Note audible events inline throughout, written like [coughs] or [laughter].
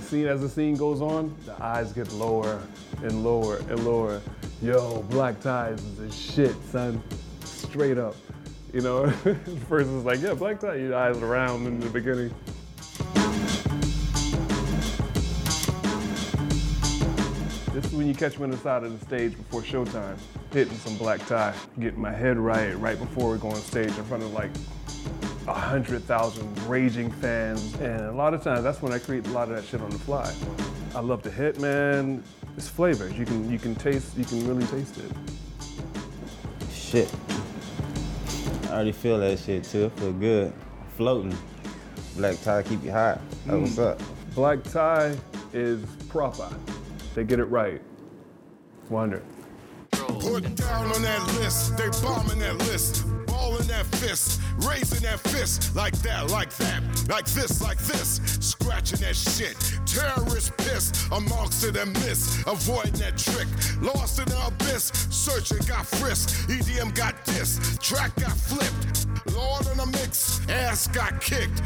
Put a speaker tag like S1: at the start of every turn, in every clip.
S1: scene as the scene goes on, the eyes get lower and lower and lower. Yo, black ties is the shit, son. Straight up. You know, [laughs] first it's like, yeah, black tie, your eyes round in the beginning. This is when you catch me on the side of the stage before showtime, hitting some black tie, getting my head right right before we go on stage in front of like a hundred thousand raging fans. And a lot of times that's when I create a lot of that shit on the fly. I love to hit, man. It's flavors. You can you can taste you can really taste it.
S2: Shit. I already feel that shit too. I feel good. Floating. Black tie keep you hot. That's what's up.
S1: Black tie is proper. They get it right. Wonder.
S3: Put down on that list, they bombing that list, balling that fist, raising that fist, like that, like that, like this, like this, scratching that shit. Terrorist piss, amongst it and miss, avoiding that trick, lost in the abyss, searching got frisked, EDM got dissed, track got flipped, Lord in the mix, ass got kicked.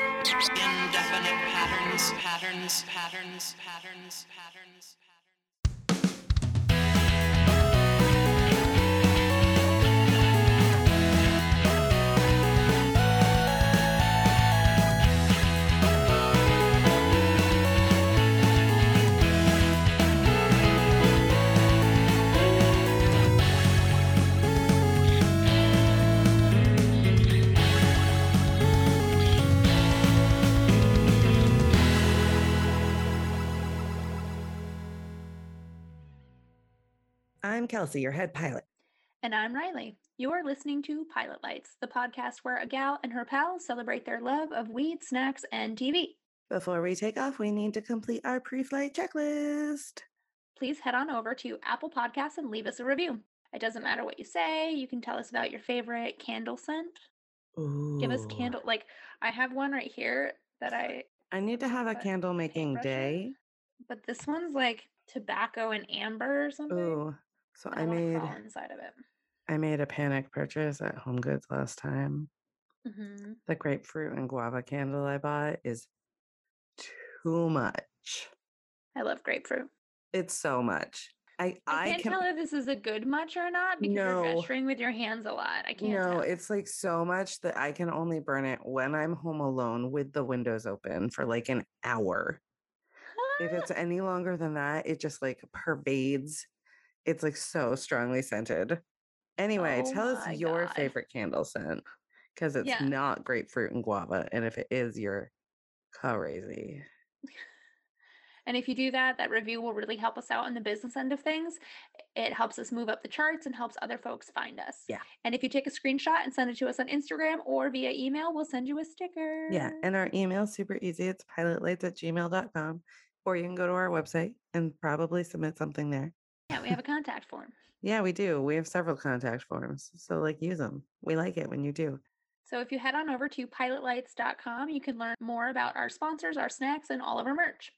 S4: Indefinite patterns, patterns, patterns, patterns, patterns, patterns.
S5: I'm Kelsey, your head pilot.
S6: And I'm Riley. You're listening to Pilot Lights, the podcast where a gal and her pals celebrate their love of weed, snacks, and TV.
S5: Before we take off, we need to complete our pre flight checklist.
S6: Please head on over to Apple Podcasts and leave us a review. It doesn't matter what you say. You can tell us about your favorite candle scent. Give us
S5: Ooh.
S6: candle. Like, I have one right here that I,
S5: I need to have a
S6: Uh,
S5: candle making
S6: paintbrushes?
S5: day.
S6: but this one's like tobacco and amber or something.
S5: Ooh. So I,
S6: don't wanna
S5: made
S6: crawl inside of it.
S5: I made a panic purchase at Home Goods last time.
S6: hmm
S5: The grapefruit and guava candle I bought is too much.
S6: I love grapefruit.
S5: It's so much. I
S6: I,
S5: I,
S6: can't
S5: can
S6: tell if this is a good much or not because
S5: No.
S6: you're gesturing with your hands a lot. I can't.
S5: no,
S6: tell.
S5: it's like so much that I can only burn it when I'm home alone with the windows open for like an hour. if it's any longer than that, it just like pervades. It's like so strongly scented. Anyway,
S6: Oh
S5: tell
S6: my
S5: us your
S6: God.
S5: favorite candle scent because it's
S6: Yeah.
S5: not grapefruit and guava. And if it is, you're crazy.
S6: And if you do that, that review will really help us out on the business end of things. It helps us move up the charts and helps other folks find us.
S5: Yeah.
S6: And if you take a screenshot and send it to us on Instagram or via email, we'll send you a sticker.
S5: Yeah. And our email super easy. It's pilotlights at gmail.com. Or you can go to our website and probably submit something there.
S6: yeah, we have a contact form.
S5: Yeah, we do. We have several contact forms. So, like, use them. We like it when you do.
S6: So if you head on over to pilotlights.com, you can learn more about our sponsors, our snacks, and all of our merch.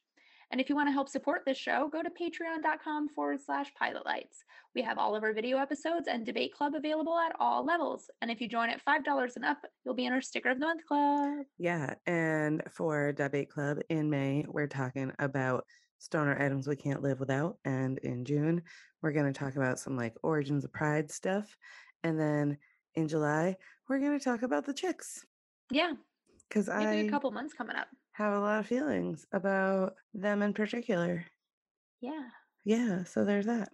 S6: And if you want to help support this show, go to patreon.com forward slash pilotlights. We have all of our video episodes and debate club available at all levels. And if you join at $5 and up, you'll be in our sticker of the month club.
S5: Yeah, and for Debate Club in May, we're talking about stoner items we can't live without. And in June, we're going to talk about some like origins of pride stuff. And then in July, we're going to talk about the chicks
S6: Yeah,
S5: because
S6: we have a
S5: I
S6: good couple months coming up.
S5: have a lot of feelings about them in particular.
S6: Yeah.
S5: Yeah, so there's that.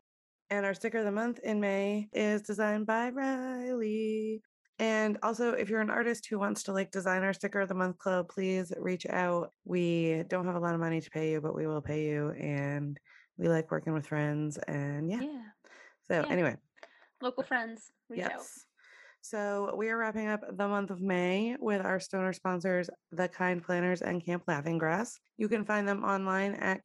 S5: And our sticker of the month in May is designed by Riley. And also, if you're an artist who wants to like design our sticker of the month club, please reach out. We don't have a lot of money to pay you, but we will pay you. And we like working with friends. And yeah,
S6: Yeah.
S5: so
S6: yeah.
S5: anyway,
S6: Local friends, reach out.
S5: yes. So we are wrapping up the month of May with our stoner sponsors, The Kind Planners and Camp Laughing Grass. You can find them online at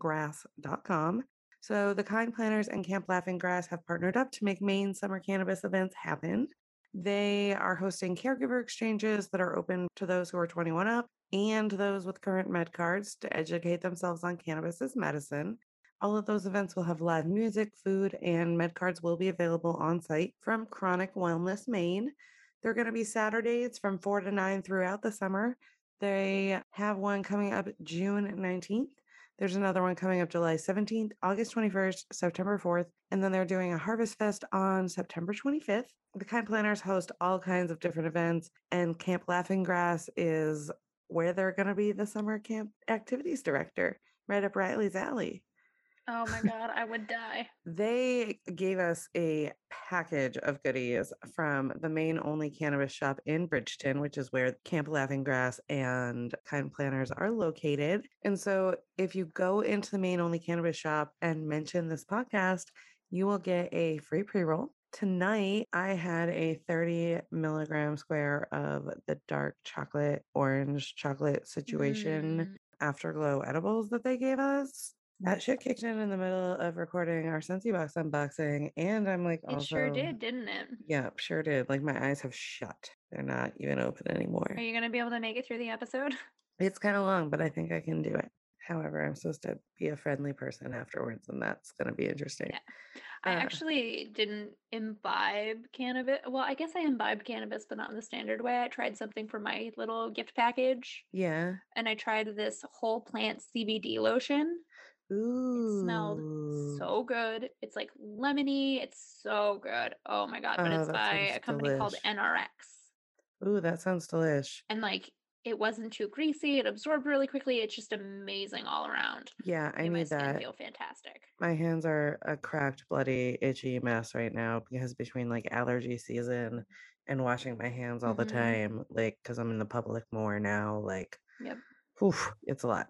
S5: camplaughinggrass.com. So the Kind Planners and Camp Laughing Grass have partnered up to make Maine summer cannabis events happen. They are hosting caregiver exchanges that are open to those who are 21 up and those with current med cards to educate themselves on cannabis as medicine. All of those events will have live music, food, and med cards will be available on site from Chronic Wellness Maine. They're going to be Saturdays from 4 to 9 throughout the summer. They have one coming up June 19th. There's another one coming up July 17th, August 21st, September 4th, and then they're doing a Harvest Fest on September 25th. The Kind Planners host all kinds of different events, and Camp Laughing Grass is where they're going to be the summer camp activities director, right up Riley's alley.
S7: Oh my God, I would die.
S5: They gave us a package of goodies from the main only cannabis shop in Bridgeton, which is where Camp Laughing Grass and Kind Planners are located. And so if you go into the main only cannabis shop and mention this podcast, you will get a free pre roll. Tonight, I had a 30 milligram square of the dark chocolate, orange chocolate situation
S7: Mm.
S5: afterglow edibles that they gave us. That shit kicked in in the middle of recording our Scentsy Box unboxing, and I'm like,
S7: Mm-hmm. It
S5: also,
S7: sure did, didn't it?
S5: Yep, sure did. Like my eyes have shut; they're not even open anymore.
S7: Are you going to be able to make it through the episode? [laughs]
S5: It's kind of long, but I think I can do it. However, I'm supposed to be a friendly person afterwards, and that's going to be interesting.
S7: I
S5: Uh.
S7: actually didn't imbibe cannabis. Well, I guess I imbibed cannabis, but not in the standard way. I tried something for my little gift package,
S5: Yeah.
S7: and I tried this whole plant CBD lotion.
S5: Ooh.
S7: smelled so good. It's like lemony. It's so good. Oh my god! But
S5: Oh,
S7: it's
S5: that
S7: by
S5: sounds
S7: a company called
S5: delish.
S7: NRX,
S5: Ooh, that sounds delish.
S7: and like it wasn't too greasy. It absorbed really quickly. It's just amazing all around.
S5: Yeah, I
S7: Made my
S5: need
S7: skin
S5: that.
S7: feel fantastic.
S5: My hands are a cracked, bloody, itchy mess right now because between like allergy season and washing my hands all
S7: Mhm.
S5: the time, like because I'm in the public more now, like,
S7: Yep.
S5: oof, it's a lot.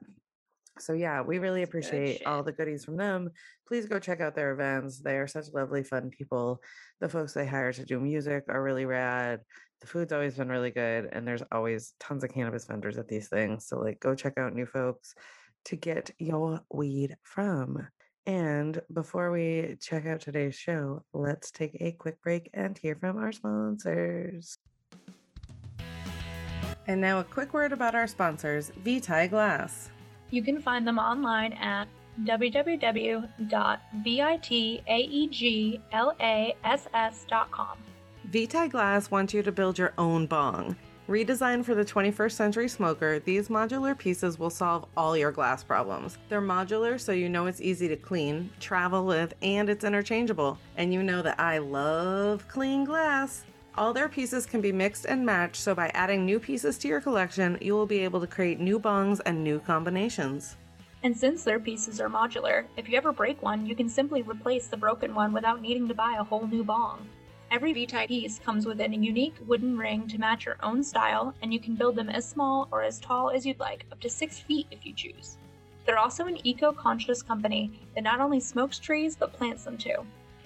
S5: So yeah, we really
S7: It's good
S5: appreciate all
S7: shit.
S5: the goodies from them. Please go check out their events. They are such lovely, fun people. The folks they hire to do music are really rad. The food's always been really good, and there's always tons of cannabis vendors at these things. So like, go check out new folks to get your weed from. And before we check out today's show, let's take a quick break and hear from our sponsors. And now a quick word about our sponsors, Vitae Glass.
S6: You can find them online at E www.vitaeeglass.com.
S5: Vitae Glass wants you to build your own bong. Redesigned for the 21st century smoker, these modular pieces will solve all your glass problems. They're modular so you know it's easy to clean, travel with, and it's interchangeable. And you know that I love clean glass. All their pieces can be mixed and matched, so by adding new pieces to your collection, you will be able to create new bongs and new combinations.
S6: And since their pieces are modular, if you ever break one, you can simply replace the broken one without needing to buy a whole new bong. Every Vitae piece comes with a unique wooden ring to match your own style, and you can build them as small or as tall as you'd like, up to six feet if you choose. They're also an eco conscious company that not only smokes trees but plants them too.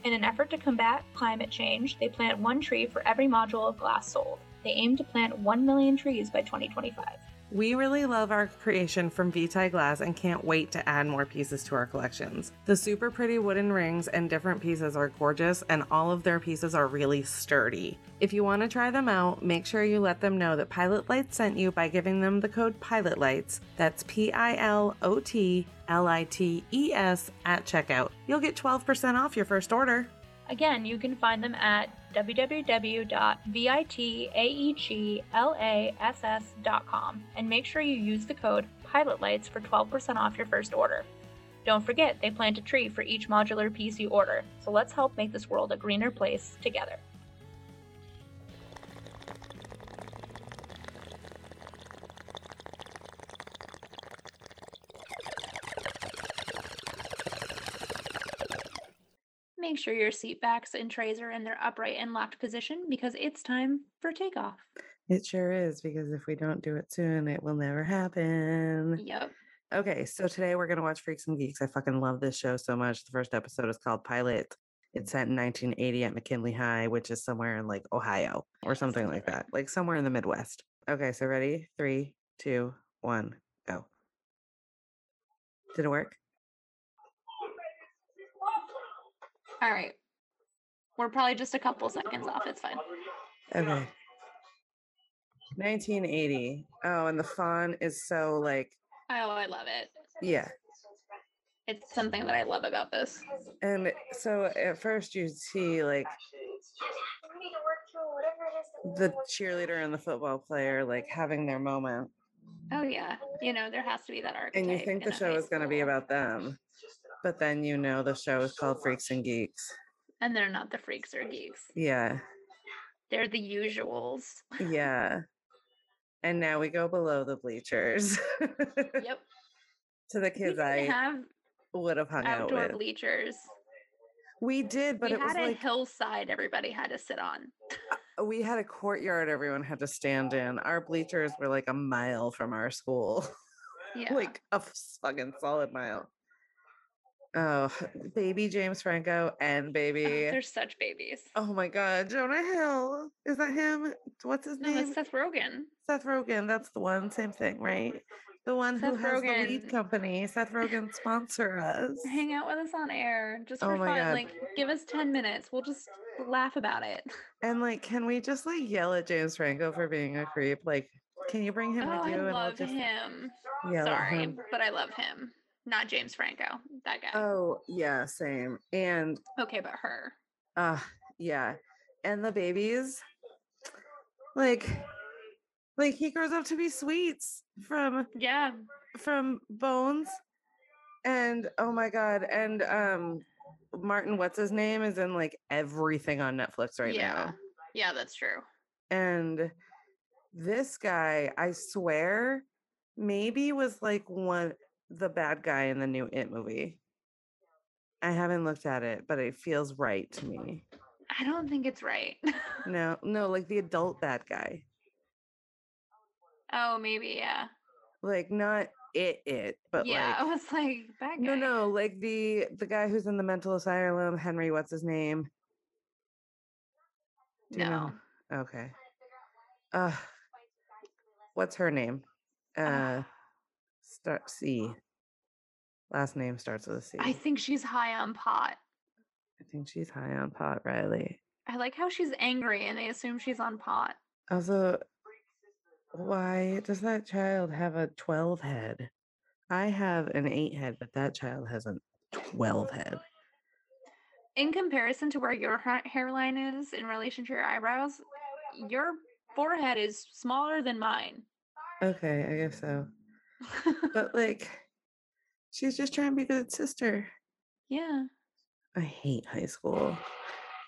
S6: In an effort to combat climate change, they plant one tree for every module of glass sold. They aim to plant 1 million trees by 2025.
S5: We really love our creation from Vitae Glass and can't wait to add more pieces to our collections. The super pretty wooden rings and different pieces are gorgeous, and all of their pieces are really sturdy. If you want to try them out, make sure you let them know that Pilot Lights sent you by giving them the code Pilot Lights. That's P I L O T L I T E S at checkout. You'll get 12% off your first order.
S6: Again, you can find them at E www.vitaeeglass.com and make sure you use the code PILOTLIGHTS for 12% off your first order. Don't forget, they plant a tree for each modular piece you order, so let's help make this world a greener place together.
S7: Make sure your seat backs and trays are in their upright and locked position because it's time for takeoff.
S5: It sure is, because if we don't do it soon, it will never happen.
S7: Yep.
S5: Okay, so today we're gonna watch Freaks and Geeks. I fucking love this show so much. The first episode is called Pilot. It's set in 1980 at McKinley High, which is somewhere in like Ohio or something like that, like somewhere in the Midwest. Okay, so ready? Three, two, one, go. Did it work?
S7: All right. We're probably just a couple seconds off. It's fine.
S5: Okay. 1980. Oh, and the font is so like,
S7: Oh, I love it.
S5: yeah,
S7: It's something that I love about this.
S5: And so at first you see like the cheerleader and the football player like having their moment,
S7: Oh yeah, you know there has to be that archetype.
S5: and you think the
S7: in a
S5: show
S7: high
S5: is going to be
S7: school.
S5: about them, but then you know the show is called Freaks and Geeks.
S7: and they're not the freaks or geeks.
S5: Yeah,
S7: They're the usuals.
S5: yeah. And now we go below the bleachers [laughs]
S7: Yep,
S5: to the [laughs]
S7: we
S5: kids
S7: didn't
S5: I
S7: have
S5: would have hung out
S7: outdoor
S5: with.
S7: bleachers.
S5: We did, but
S7: we
S5: it was
S7: had a
S5: like
S7: hillside everybody had to sit on.
S5: we had a courtyard everyone had to stand in. Our bleachers were like a mile from our school.
S7: Yeah, Oh,
S5: like a f- fucking solid mile. Oh, baby James Franco and
S7: Ugh,
S5: baby.
S7: they're such babies.
S5: Oh my God, Jonah Hill. Is that him? What's his
S7: No,
S5: name?
S7: that's Seth Rogen.
S5: Seth Rogen. That's the one. Same thing, right? The one who
S7: Seth
S5: has the lead
S7: Rogen.
S5: company. Seth Rogen sponsor us.
S7: Hang out with us on air just for
S5: Oh my
S7: fun.
S5: God.
S7: Like, give us ten minutes. We'll just laugh about it.
S5: And like, can we just like yell at James Franco for being a creep? Like, can you bring
S7: [laughs] Oh,
S5: him to
S7: I
S5: you? and I'll
S7: love
S5: just
S7: him.
S5: yell at
S7: Sorry,
S5: him.
S7: but I love him. Not James Franco. That guy.
S5: Oh yeah, same. And
S7: Okay, but her.
S5: Uh yeah. And the babies like like he grows up to be sweets from
S7: Yeah,
S5: from bones and oh my god and um Martin what's his name is in like everything on Netflix right
S7: yeah.
S5: now.
S7: Yeah, that's true.
S5: And this guy, I swear, maybe was like one the bad guy in the new It movie. I haven't looked at it, but it feels right to me.
S7: I don't think it's right. [laughs]
S5: No, no, like the adult bad guy.
S7: oh, maybe yeah.
S5: Like not it it, but
S7: yeah, oh, I
S5: like
S7: [laughs] was like, back
S5: no, no, like the the guy who's in the mental asylum, Henry, what's his name? Do you know?
S7: no.
S5: Okay. Uh what's her name? Uh
S7: Ah.
S5: start C. Last name starts with a C. I
S7: I think she's high on pot.
S5: think she's high on pot, Riley.
S7: I like how she's angry and they assume she's on pot.
S5: Also, why does that child have a 12 head? I have an 8 head, but that child has a 12 head.
S7: In comparison to where your ha- hairline is in relation to your eyebrows, your forehead is smaller than mine. [laughs]
S5: Okay, I guess so. But like, she's just trying to be a good sister.
S7: yeah.
S5: I hate high school.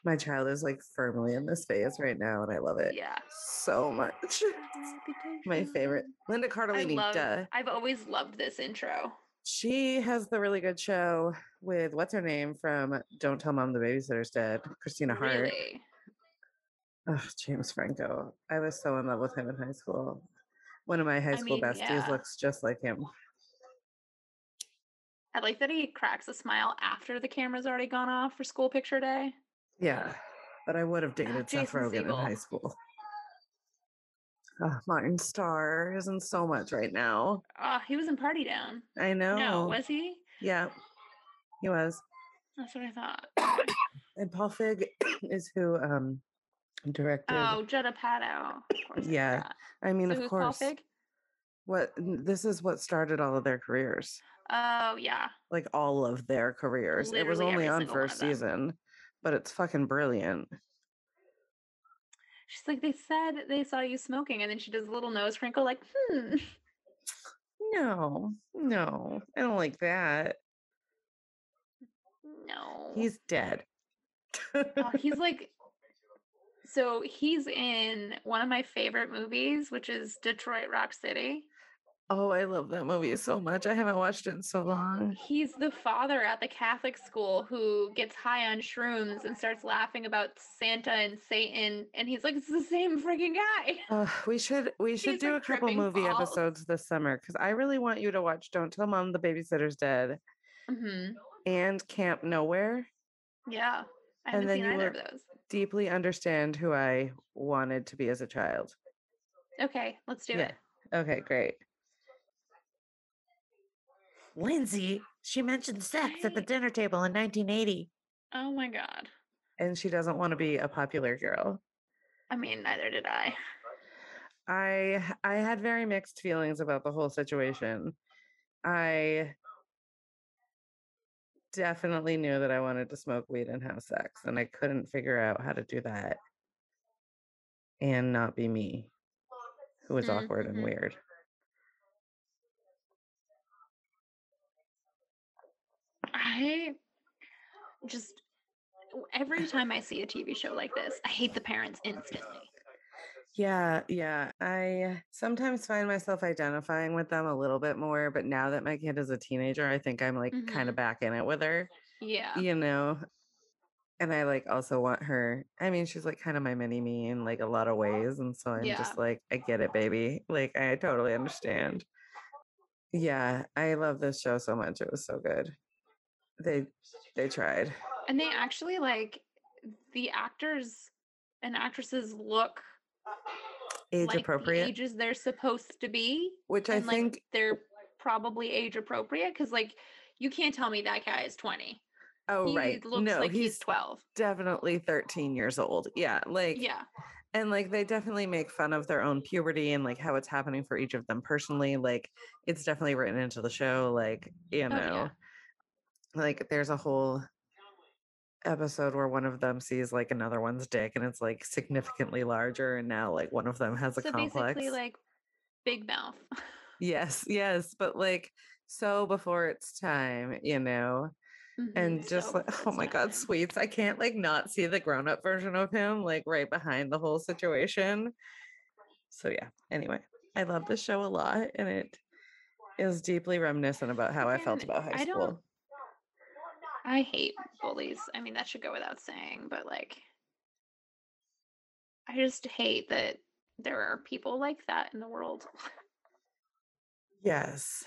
S5: My child is like firmly in this phase right now, and I love it
S7: Yeah.
S5: so much. My favorite, Linda
S7: I
S5: Cardellini.
S7: love,
S5: duh.
S7: I've always loved this intro.
S5: She has the really good show with what's her name from Don't Tell Mom the Babysitter's Dead, Christina Hart.
S7: Really.
S5: Oh, James Franco. I was so in love with him in high school. One of my high
S7: I
S5: school
S7: mean,
S5: besties
S7: yeah.
S5: looks just like him.
S7: I like that he cracks a smile after the camera's already gone off for school picture day.
S5: Yeah. But I would have dated Seth
S7: Ah, Jason
S5: Rogen
S7: Segel.
S5: in high school. Ah, Martin Starr is in so much right now.
S7: Oh, he was in Party Down.
S5: I know.
S7: No, was he?
S5: yeah. He was.
S7: That's what I thought.
S5: And Paul Fig [coughs] is who um directed.
S7: oh, Jetta Patow. Of course I
S5: Yeah,
S7: forgot.
S5: I mean,
S7: So
S5: of
S7: who's Paul
S5: course.
S7: Feig?
S5: What this is what started all of their careers.
S7: Oh yeah,
S5: like all of their careers. it was
S7: Literally
S5: only
S7: every
S5: on
S7: single one of
S5: first
S7: them.
S5: season, but it's fucking brilliant.
S7: she's like they said they saw you smoking, and then she does a little nose wrinkle, like hmm.
S5: No, no, I don't like that.
S7: No,
S5: He's dead.
S7: Oh,
S5: [laughs]
S7: he's like. So he's in one of my favorite movies, which is Detroit Rock City.
S5: oh, I love that movie so much. I haven't watched it in so long.
S7: He's the father at the Catholic school who gets high on shrooms and starts laughing about Santa and Satan, and he's like, "It's the same freaking guy."
S5: Uh, we should we should
S7: He's,
S5: do
S7: like,
S5: a couple
S7: tripping
S5: movie
S7: balls.
S5: episodes this summer because I really want you to watch Don't Tell Mom the Babysitter's Dead
S7: hmm
S5: Mm-hmm. and Camp Nowhere.
S7: Yeah, I
S5: And
S7: haven't
S5: then
S7: seen
S5: you
S7: either
S5: were-
S7: of those.
S5: Deeply understand who I wanted to be as a child.
S7: Okay, let's do
S5: Yeah.
S7: it.
S5: Okay, great. Lindsay, she mentioned sex at the
S7: Right.
S5: dinner table in 1980.
S7: Oh my god.
S5: And she doesn't want to be a popular girl.
S7: I mean, neither did I.
S5: I I had very mixed feelings about the whole situation. I definitely knew that I wanted to smoke weed and have sex, and I couldn't figure out how to do that and not be me, who was
S7: Mm,
S5: awkward and
S7: mhm.
S5: weird.
S7: I just every time I see a TV show like this, I hate the parents instantly.
S5: Yeah, yeah. I sometimes find myself identifying with them a little bit more, but now that my kid is a teenager, I think I'm like kind of back in it with her,
S7: Yeah.
S5: you know? And I like also want her. I mean, she's like kind of my mini me in like a lot of ways. And so I'm
S7: Yeah.
S5: just like, I get it, baby. Like, I totally understand. Yeah, I love this show so much. It was so good. They they tried.
S7: And they actually like the actors and actresses look
S5: Age
S7: like
S5: appropriate.
S7: the ages they're supposed to be.
S5: which I
S7: and like
S5: think
S7: they're probably age appropriate because like you can't tell me that guy is 20.
S5: oh
S7: he
S5: right.
S7: looks
S5: no,
S7: like he's,
S5: he's
S7: 12.
S5: definitely 13 years old. Yeah, like
S7: Yeah.
S5: and like they definitely make fun of their own puberty and like how it's happening for each of them personally. Like it's definitely written into the show like, you know.
S7: Oh, yeah.
S5: Like there's a whole episode where one of them sees like another one's dick and it's like significantly larger and now like one of them has a
S7: so
S5: complex.
S7: basically like big mouth. [laughs]
S5: yes, yes, but like so before it's time, you know. and
S7: Mhm,
S5: just
S7: so
S5: like [laughs] oh my
S7: it's
S5: god
S7: [laughs] nothing.
S5: sweets i can't like not see the grown-up version of him like right behind the whole situation so yeah anyway i love this show a lot and it is deeply reminiscent about how i felt
S7: Again,
S5: about high
S7: I don't-
S5: school
S7: I hate bullies. I mean, that should go without saying, but like, I just hate that there are people like that in the world. [laughs]
S5: yes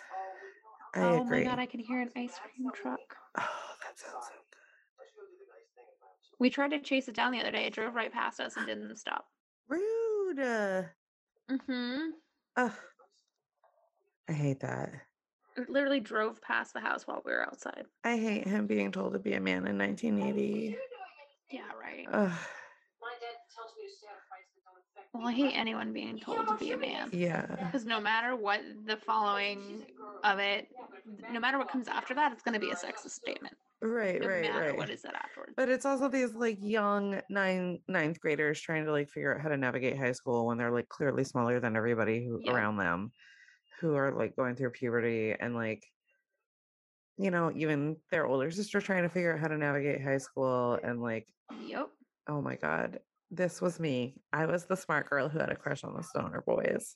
S5: i
S7: oh
S5: agree
S7: my god, I can hear an ice cream truck.
S5: [sighs] oh that sounds so good
S7: We tried to chase it down the other day. It drove right past us and didn't stop.
S5: rude uh,
S7: hmm
S5: ugh. i hate that
S7: It literally drove past the house while we were outside.
S5: i hate him being told to be a man in 1980
S7: Yeah, right.
S5: Ugh,
S7: Well, I hate anyone being told to be a man. [laughs]
S5: yeah
S7: Because no matter what the following of it, no matter what comes after that, it's going to be a sexist statement.
S5: right
S7: No
S5: right
S7: matter
S5: right
S7: what is said afterwards.
S5: But it's also these like young nine ninth graders trying to like figure out how to navigate high school when they're like clearly smaller than everybody who
S7: Yeah.
S5: around them who are like going through puberty and like you know, even their older sister trying to figure out how to navigate high school and like,
S7: Yep.
S5: oh my god, this was me. I was the smart girl who had a crush on the stoner boys.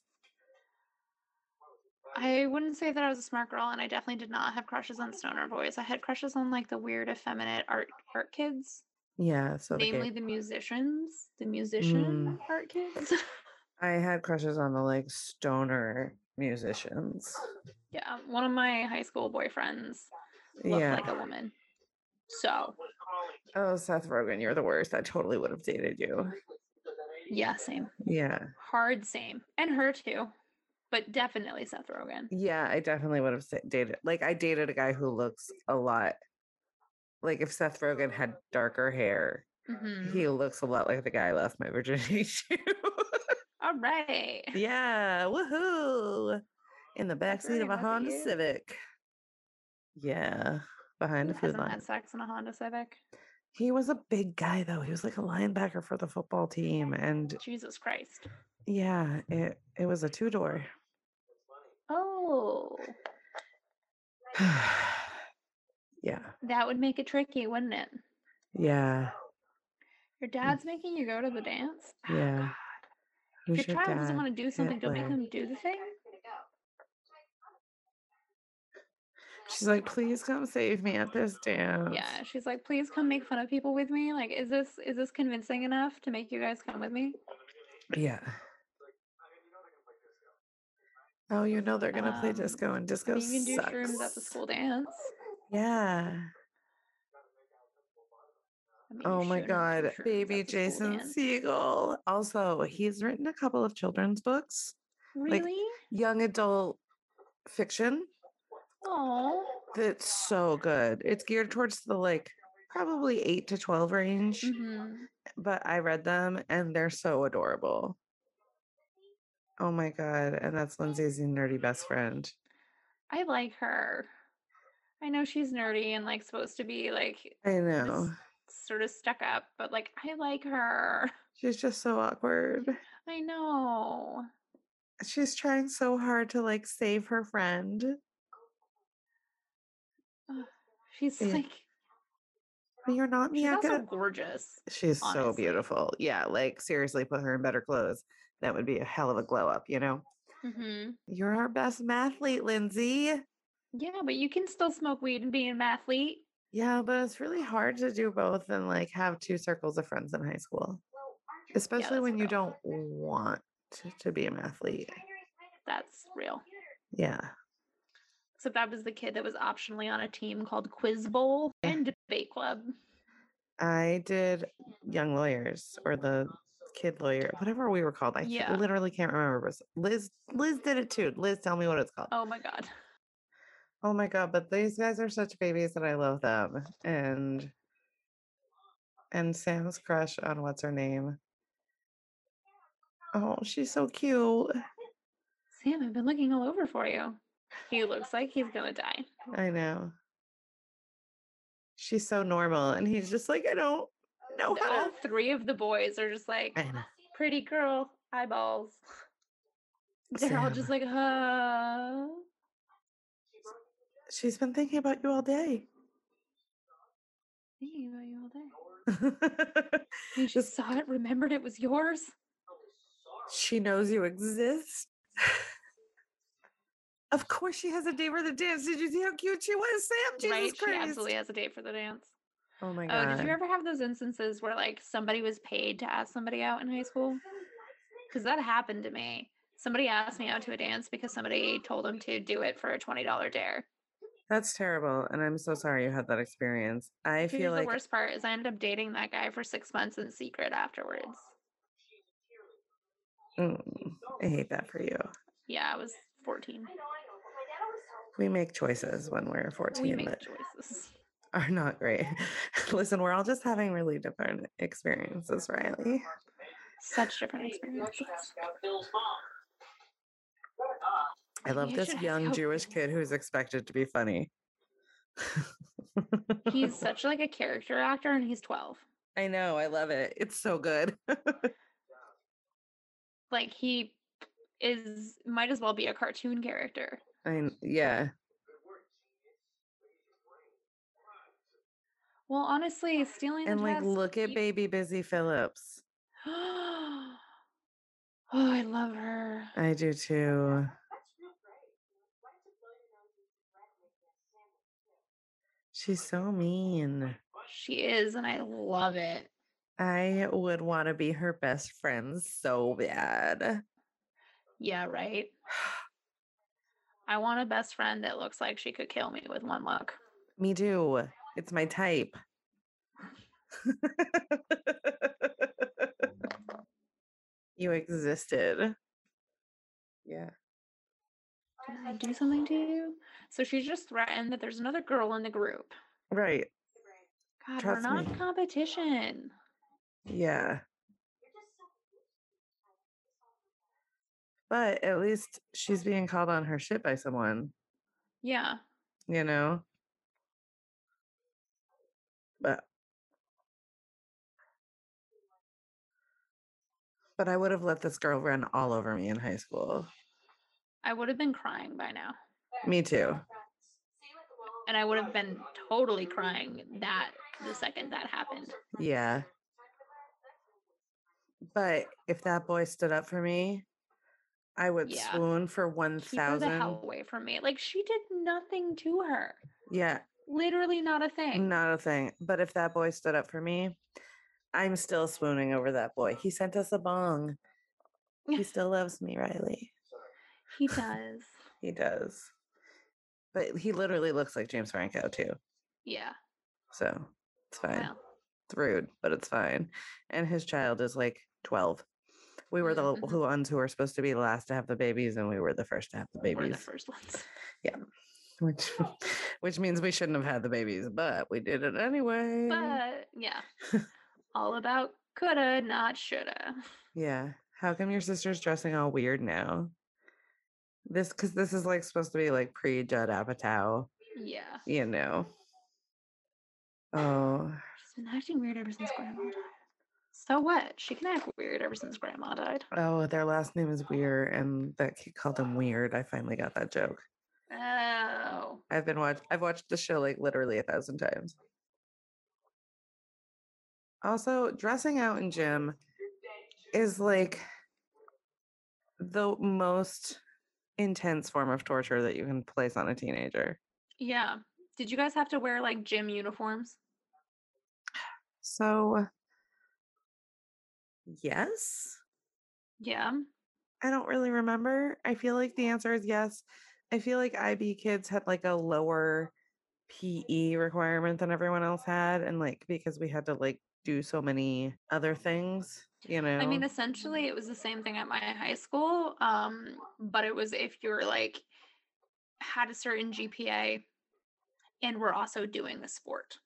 S7: I wouldn't say that I was a smart girl, and I definitely did not have crushes on stoner boys. I had crushes on like the weird, effeminate art art kids,
S5: Yeah, so the gay-
S7: namely the musicians, the
S5: Mm.
S7: musician art kids. [laughs]
S5: I had crushes on the like stoner musicians.
S7: yeah, one of my high school boyfriends looked
S5: yeah.
S7: like a woman, so
S5: oh, Seth Rogen, you're the worst. I totally would have dated you.
S7: yeah, same,
S5: Yeah.
S7: hard same, and her too, but definitely Seth Rogen.
S5: Yeah, I definitely would have sa- dated. Like, I dated a guy who looks a lot. Like, if Seth Rogen had darker hair,
S7: Mhm.
S5: he looks a lot like the guy I left my virginity [laughs] to.
S7: All right,
S5: yeah, woohoo! In the backseat
S7: very
S5: of a
S7: lucky
S5: Honda
S7: you.
S5: Civic. Yeah, behind
S7: Who
S5: a food
S7: hasn't
S5: line.
S7: had sex in a Honda Civic?
S5: He was a big guy, though. He was like a linebacker for the football team. And
S7: Jesus Christ!
S5: yeah, it, it was a two door.
S7: Oh,
S5: [sighs] yeah,
S7: that would make it tricky, wouldn't it?
S5: yeah,
S7: Your dad's making you go to the dance. Oh,
S5: yeah.
S7: God.
S5: Who's
S7: If your child doesn't
S5: dad?
S7: want to do something, don't make
S5: Hitler?
S7: them do the thing.
S5: She's
S7: [laughs]
S5: like, please come save me at this dance.
S7: Yeah, she's like, please come make fun of people with me. Like, is this is this convincing enough to make you guys come with me?
S5: Yeah. Oh, you know they're gonna play
S7: Um,
S5: disco and
S7: I
S5: disco
S7: mean, you can do
S5: sucks.
S7: shrooms at the school dance.
S5: Yeah.
S7: I mean, you
S5: Oh my
S7: shouldn't do shrooms
S5: god,
S7: at the
S5: baby
S7: school
S5: Jason
S7: dance.
S5: Siegel. Also, he's written a couple of children's books, like-
S7: Really?
S5: young adult fiction.
S7: Oh.
S5: That's so good. It's geared towards the like probably eight to twelve range,
S7: mm-hmm.
S5: but I read them and they're so adorable. Oh my god! And that's Lindsay's nerdy best friend.
S7: I like her. I know she's nerdy and like supposed to be like
S5: I know.
S7: sort of stuck up, but like I like her.
S5: She's just so awkward.
S7: I know.
S5: She's trying so hard to like save her friend.
S7: She's
S5: Yeah. Oh,
S7: like
S5: But you're not
S7: she's also
S5: Miyaka.
S7: gorgeous.
S5: She's so
S7: honestly.
S5: beautiful. Yeah, like seriously, put her in better clothes. That would be a hell of a glow up, you know?
S7: hmm
S5: You're our best mathlete, Lindsay.
S7: Yeah, but you can still smoke weed and be an athlete.
S5: Yeah, but it's really hard to do both and like have two circles of friends in high school, especially
S7: that's
S5: when you
S7: real.
S5: don't want to, to be an athlete.
S7: That's real.
S5: Yeah.
S7: Except I was the kid that was optionally on a team called Quiz Bowl
S5: Yeah.
S7: and Debate Club.
S5: I did young lawyers or the kid lawyer, whatever we were called. I ca-
S7: Yeah.
S5: literally can't remember. but Liz Liz did it too. Liz, tell me what it's called.
S7: Oh my god.
S5: Oh my god, but these guys are such babies and I love them. And and Sam's crush on what's her name. Oh, she's so cute.
S7: Sam, I've been looking all over for you. He looks like he's gonna die.
S5: I know. She's so normal and he's just like I don't know how
S7: All
S5: to
S7: three of the boys are just like
S5: I know.
S7: pretty girl eyeballs. [laughs] They're all
S5: Sam,
S7: just like, huh.
S5: She's been thinking about you all day. [laughs]
S7: Thinking about you all day. You just saw it, remembered it was yours.
S5: She knows you exist. of course, she has a day for the dance. Did you see how cute she was, Sam? Jesus
S7: right?
S5: Christ!
S7: She absolutely has a date for the dance.
S5: Oh my
S7: Oh,
S5: god!
S7: did you ever have those instances where like somebody was paid to ask somebody out in high school? Because that happened to me. Somebody asked me out to a dance because somebody told them to do it for a twenty dollar dare.
S5: That's terrible, and I'm so sorry you had that experience. I
S7: Here's
S5: feel
S7: the
S5: like
S7: worst part is I ended up dating that guy for six months in secret afterwards.
S5: Mm, I hate that for you.
S7: Yeah, I was fourteen.
S5: We make choices when we're 14
S7: We make
S5: that
S7: choices.
S5: are not great. [laughs] Listen, we're all just having really different experiences, Riley.
S7: Such different experiences.
S5: I love
S7: You
S5: this
S7: should have
S5: young
S7: helped
S5: Jewish
S7: me.
S5: kid who's expected to be funny.
S7: He's such like a character actor, and he's twelve.
S5: [laughs] I know, I love it. It's so good. [laughs]
S7: Like he is might as well be a cartoon character.
S5: I kn- yeah.
S7: Well, honestly, stealing
S5: And
S7: the
S5: like
S7: dress,
S5: look at
S7: you-
S5: baby busy Phillips.
S7: [gasps] oh, I love her.
S5: I do too. She's so mean.
S7: She is, and I love it.
S5: I would want to be her best friend so bad.
S7: Yeah, right. I want a best friend that looks like she could kill me with one look.
S5: Me too. It's my type. you existed. Yeah.
S7: Did I do something to you? So she's just threatened that there's another girl in the group.
S5: Right.
S7: God,
S5: Trust
S7: we're not
S5: me.
S7: competition.
S5: Yeah. But at least she's being called on her shit by someone,
S7: Yeah.
S5: you know? But But I would have let this girl run all over me in high school.
S7: I would have been crying by now.
S5: Me too.
S7: And I would have been totally crying that the second that happened.
S5: Yeah. But if that boy stood up for me, I would
S7: Yeah.
S5: swoon for
S7: Keep her the
S5: 1,000.
S7: hell away from me. Like she did nothing to her.
S5: Yeah.
S7: Literally not a thing.
S5: Not a thing. But if that boy stood up for me, I'm still swooning over that boy. He sent us a bong.
S7: [laughs]
S5: He still loves me, Riley.
S7: He does.
S5: He does. But he literally looks like James Franco too.
S7: Yeah.
S5: So it's fine.
S7: Well,
S5: It's rude, but it's fine. And his child is like 12. We were the l-
S7: Mhm.
S5: who ones who were supposed to be the last to have the babies, and we were the first to have the
S7: we're the
S5: babies.
S7: first ones.
S5: [laughs] Which which means we shouldn't have had the babies, but we did it anyway.
S7: But yeah. All about coulda, not shoulda.
S5: Yeah. How come your sister's dressing all weird now? This because this is like supposed to be like pre Judd Apatow
S7: Yeah.
S5: you know. Oh,
S7: She's been acting weird ever since grandma died. So what? She can act weird ever since grandma died.
S5: oh, their last name is Weir, and that kid called him Weird. I finally got that joke.
S7: Oh.
S5: I've been watch. I've watched the show like literally a thousand times. Also, dressing out in gym is like the most intense form of torture that you can place on a teenager.
S7: Yeah. Did you guys have to wear like gym uniforms?
S5: So, yes.
S7: Yeah.
S5: I don't really remember. I feel like the answer is yes. I feel like IB kids had like a lower PE requirement than everyone else had. And like because we had to like do so many other things, you know.
S7: I mean, essentially, it was the same thing at my high school, um, but it was if you're like had a certain GPA and were also doing the sport.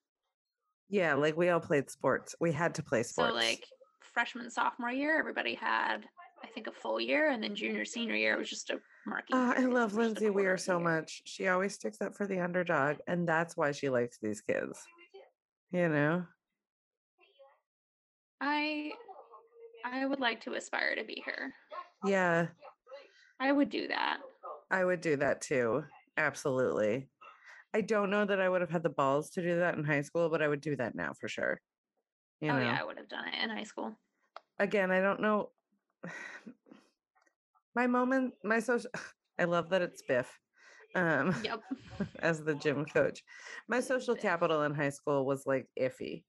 S5: yeah, like we all played sports. We had to play sports.
S7: So, like freshman, sophomore year, everybody had, I think, a full year, and then junior, senior year was just a marking.
S5: Ah, I
S7: period,
S5: love
S7: which is a
S5: Lindsay
S7: quarter
S5: Weir
S7: of the
S5: so
S7: year.
S5: much. She always sticks up for the underdog, and that's why she likes these kids. You know?
S7: I I would like to aspire to be her.
S5: Yeah.
S7: I would do that.
S5: I would do that too. Absolutely. I don't know that I would have had the balls to do that in high school, but I would do that now for sure. You
S7: oh
S5: know,
S7: yeah, I would have done it in high school.
S5: again, I don't know. [sighs] My moment, my social, [sighs] I love that it's Biff um,
S7: Yep.
S5: [laughs] as the gym coach. My social capital in high school was like iffy.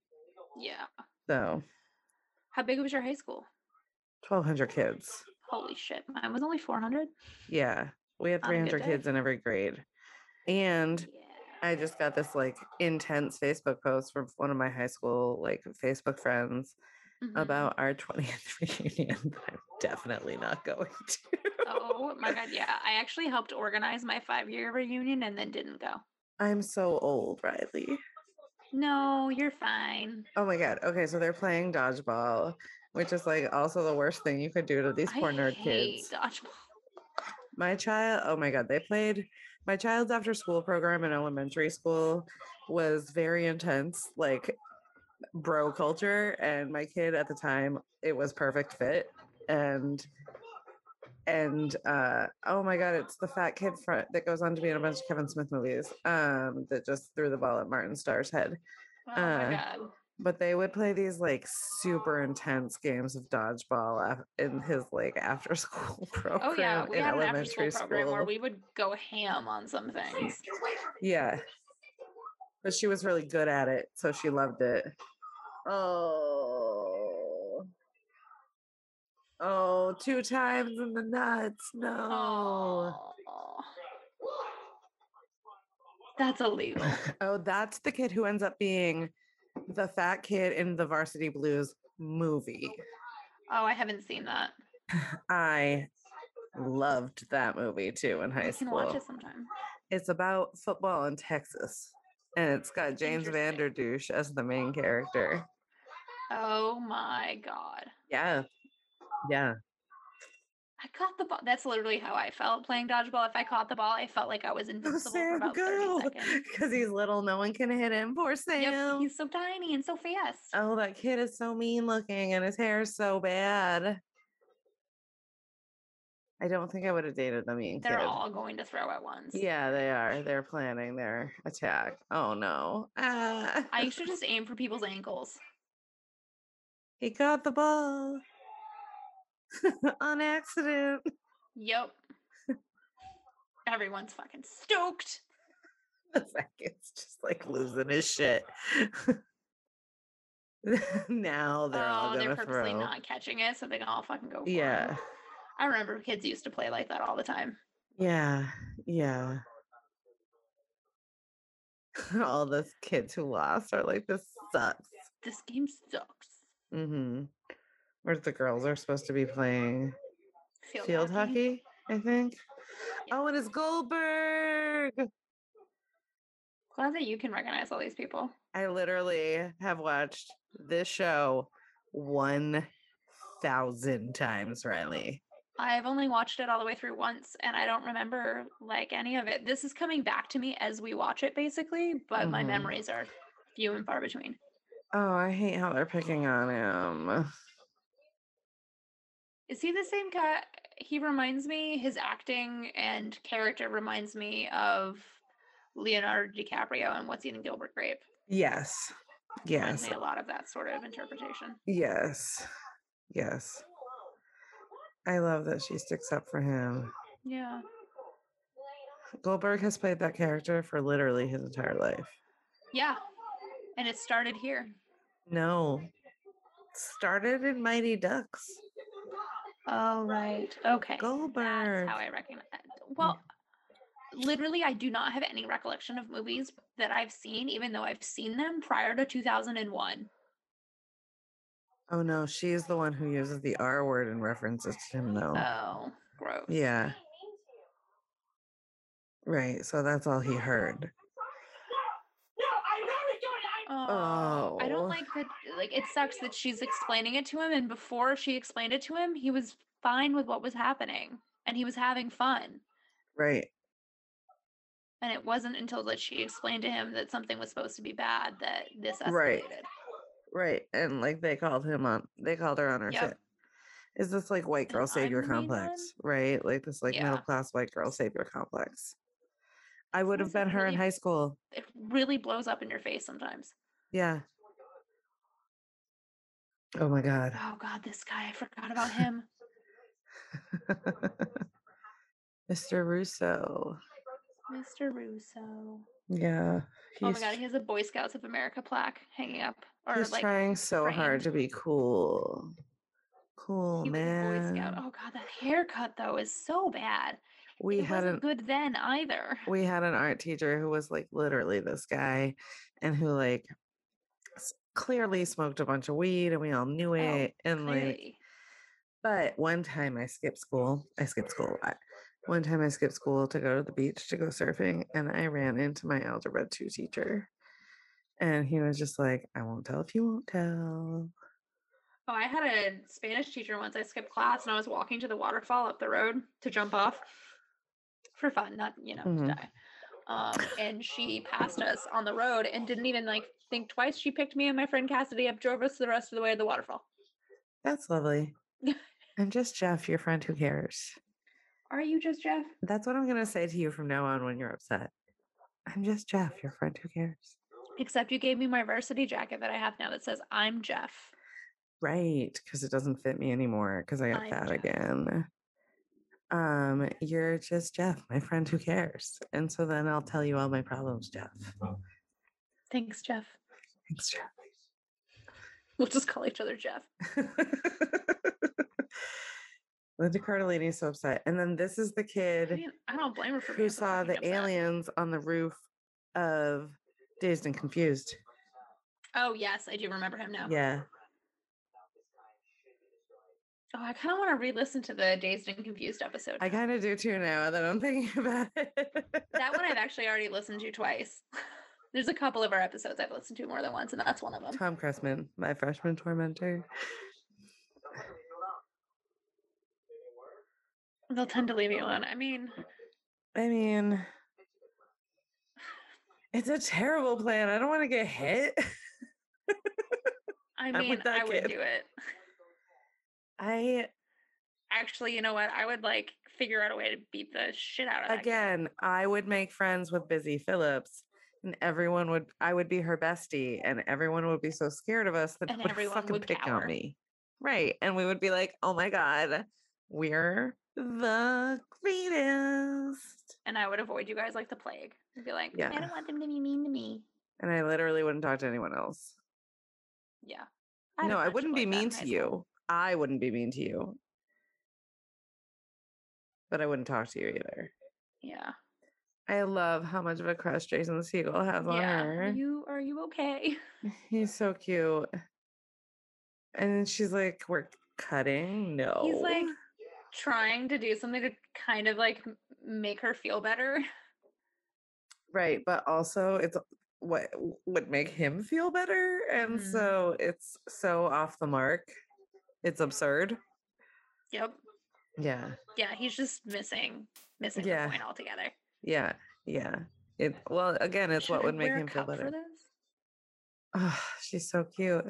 S7: yeah.
S5: So,
S7: How big was your high school?
S5: 1,200 kids.
S7: Holy shit, mine was only 400.
S5: Yeah. We had
S7: On a good
S5: 300
S7: day.
S5: kids in every grade. And I just got this like intense Facebook post from one of my high school like Facebook friends
S7: Mhm.
S5: about our [laughs] 20th reunion [laughs] that I'm definitely not going to.
S7: oh my god, yeah. I actually helped organize my five year reunion and then didn't go.
S5: I'm so old, Riley.
S7: No, you're fine.
S5: Oh my god. Okay, so they're playing dodgeball, which is like also the worst thing you could do to these poor
S7: I
S5: nerd
S7: hate
S5: kids.
S7: Dodgeball.
S5: My child, oh my god, they played my child's after school program in elementary school was very intense, like bro culture and my kid at the time it was perfect fit and and uh oh my god it's the fat kid fr- that goes on to be in a bunch of kevin smith movies um that just threw the ball at martin starr's head
S7: Oh
S5: Uh,
S7: my god.
S5: but they would play these like super intense games of dodgeball af- in his like after [laughs] school program
S7: Oh yeah, we
S5: in
S7: had an after
S5: elementary
S7: school program where
S5: school.
S7: we would go ham on some things.
S5: yeah. But she was really good at it, so she loved it. Oh. Oh, two times in the nuts. No.
S7: Aw.
S5: [laughs]
S7: That's illegal.
S5: Oh, that's the kid who ends up being the fat kid in the Varsity Blues movie.
S7: Oh, I haven't seen that.
S5: I loved that movie too in high
S7: I can
S5: school.
S7: watch it sometime.
S5: It's about football in Texas. And it's got James
S7: Interesting.
S5: Vanderdouche as the main character.
S7: Oh my god.
S5: Yeah. Yeah.
S7: I caught the ball. That's literally how I felt playing dodgeball. If I caught the ball, I felt like I
S5: [laughs]
S7: was invincible for
S5: Sam,
S7: about 30
S5: go. [laughs]
S7: seconds.
S5: Because he's little, no one can hit him. Poor
S7: Yep,
S5: Sam.
S7: he's so tiny and so fast.
S5: oh, that kid is so mean looking and his hair is so bad. I don't think I would have dated the mean
S7: They're
S5: kid.
S7: all going to throw at once.
S5: yeah, they are. They're planning their attack. Oh no. Ah.
S7: I used to just aim for people's ankles.
S5: [laughs] He got the ball [laughs] on accident. [laughs]
S7: Yep. Everyone's fucking stoked.
S5: The fat kid's just like losing his shit. [laughs] now they're all
S7: oh,
S5: gonna
S7: they're purposely
S5: throw.
S7: not catching it, so they can all fucking go. for it.
S5: yeah,
S7: I remember kids used to play like that all the time.
S5: yeah, yeah. [laughs] all those kids who lost are like, this sucks.
S7: This game sucks.
S5: Mm-hmm. Whereas the girls are supposed to be playing
S7: Field,
S5: field hockey, I think.
S7: Yeah.
S5: Oh, it is Goldberg.
S7: Glad that you can recognize all these people.
S5: I literally have watched this show 1,000 times, Riley.
S7: I've only watched it all the way through once and I don't remember like any of it. This is coming back to me as we watch it basically, but my
S5: Mhm.
S7: memories are few and far between.
S5: Oh, I hate how they're picking on him.
S7: Is he the same guy? He reminds me, his acting and character reminds me of Leonardo DiCaprio and What's Eating Gilbert Grape.
S5: Yes.
S7: Reminds
S5: Yes.
S7: me a lot of that sort of interpretation.
S5: Yes. Yes. I love that she sticks up for him.
S7: Yeah.
S5: Goldberg has played that character for literally his entire life.
S7: Yeah. And it started here.
S5: No. Started in Mighty Ducks.
S7: Oh, right. Okay.
S5: Goldberg.
S7: That's how I recognize. Well, literally, I do not have any recollection of movies that I've seen, even though I've seen them prior to 2001.
S5: Oh no, she is the one who uses the R word in references to him though.
S7: Oh, gross.
S5: yeah. Right, so that's all he heard.
S7: Oh, I
S5: Oh.
S7: don't like that. Like, it sucks that she's explaining it to him. And before she explained it to him, he was fine with what was happening and he was having fun.
S5: Right.
S7: And it wasn't until that she explained to him that something was supposed to be bad that this escalated.
S5: Right. Right. And like they called him on they called her on her
S7: Yep.
S5: shit. Is this like white
S7: And
S5: girl savior
S7: I'm the main
S5: complex? Right? Like this like
S7: Yeah.
S5: middle class white girl savior complex. I would have
S7: Sounds like
S5: been her in
S7: really-
S5: high school.
S7: It really blows up in your face sometimes.
S5: Yeah. Oh my god. [laughs]
S7: Oh God, this guy! I forgot about him.
S5: [sighs] Mr. Russo.
S7: Mr. Russo.
S5: Yeah.
S7: oh my
S5: he's
S7: God, he has a Boy Scouts of America plaque hanging up, or
S5: He's
S7: like
S5: trying so hard
S7: framed.
S5: to be cool. Cool,
S7: he was a
S5: man.
S7: Boy Scout. Oh God, that haircut though is so bad.
S5: we
S7: it
S5: had
S7: wasn't
S5: an
S7: good then either.
S5: we had an art teacher who was like literally this guy and who like s- clearly smoked a bunch of weed and we all knew it and like
S7: Clearly.
S5: But one time I skipped school. I skipped school a lot. One time I skipped school to go to the beach to go surfing, and I ran into my algebra two teacher. And he was just like, I won't tell if you won't tell.
S7: Oh, I had a Spanish teacher once. I skipped class and I was walking to the waterfall up the road to jump off for fun, not you know
S5: Mhm.
S7: to die. Um, and she passed us on the road and didn't even like think twice. She picked me and my friend Cassidy up, drove us the rest of the way to the waterfall.
S5: That's
S7: [laughs]
S5: lovely. I'm just Jeff, your friend who cares.
S7: Are you just Jeff?
S5: That's what I'm going to say to you from now on when you're upset. I'm just Jeff, your friend who cares.
S7: Except you gave me my varsity jacket that I have now that says I'm Jeff.
S5: Right, because it doesn't fit me anymore because I got
S7: I'm
S5: fat
S7: Jeff.
S5: again. Um, you're just Jeff, my friend who cares. And so then I'll tell you all my problems, Jeff.
S7: Thanks, Jeff.
S5: Thanks, Jeff. [laughs]
S7: We'll just call each other Jeff.
S5: Linda Cardellini's so upset. And then this is the
S7: I,
S5: kid
S7: mean, I don't blame her for
S5: who
S7: being so
S5: saw
S7: fucking
S5: the
S7: upset.
S5: aliens on the roof of Dazed and Confused.
S7: Oh yes, I do remember him now.
S5: Yeah.
S7: Oh, I kind of want to re-listen to the Dazed and Confused episode.
S5: I kind of do too now that I'm [laughs] thinking about it.
S7: that one I've actually already listened to twice. [laughs] There's a couple of our episodes I've listened to more than once, and that's one of them.
S5: [laughs] Tom Cressman, my freshman tormentor.
S7: They'll tend to leave me alone. I mean,
S5: I mean, it's a terrible plan. I don't want to get hit. [laughs]
S7: I
S5: with
S7: mean,
S5: that
S7: I would
S5: kid.
S7: do it.
S5: I
S7: Actually, you know what? I would like figure out a way to beat the shit out of that kid.
S5: again, I would make friends with Busy Phillips, and everyone would. I would be her bestie, and everyone would be so scared of us that
S7: And
S5: they would
S7: everyone
S5: fucking
S7: would
S5: pick
S7: cower.
S5: on me, right? And we would be like, "Oh my god, we're the greatest!"
S7: and I would avoid you guys like the plague. I'd be like, I
S5: Yeah.
S7: don't want them to be mean to me.
S5: And I literally wouldn't talk to anyone else.
S7: Yeah. had a
S5: No, I
S7: bunch of
S5: wouldn't be
S7: like that in
S5: mean to
S7: high school.
S5: you. I wouldn't be mean to you. But I wouldn't talk to you either.
S7: Yeah.
S5: I love how much of a crush Jason Segel has on
S7: yeah. Are
S5: her.
S7: you are you okay? [laughs]
S5: He's so cute. And she's like, we're cutting? No.
S7: He's like trying to do something to kind of like m- make her feel better. [laughs]
S5: right, but also it's what would make him feel better. And
S7: Mhm.
S5: so it's so off the mark. It's absurd.
S7: Yep.
S5: Yeah.
S7: Yeah, he's just missing missing
S5: Yeah.
S7: the point altogether.
S5: Yeah. Yeah. It well again, it's what
S7: Should I
S5: would make
S7: wear a
S5: him feel
S7: cup for
S5: better.
S7: this?
S5: Oh, she's so cute.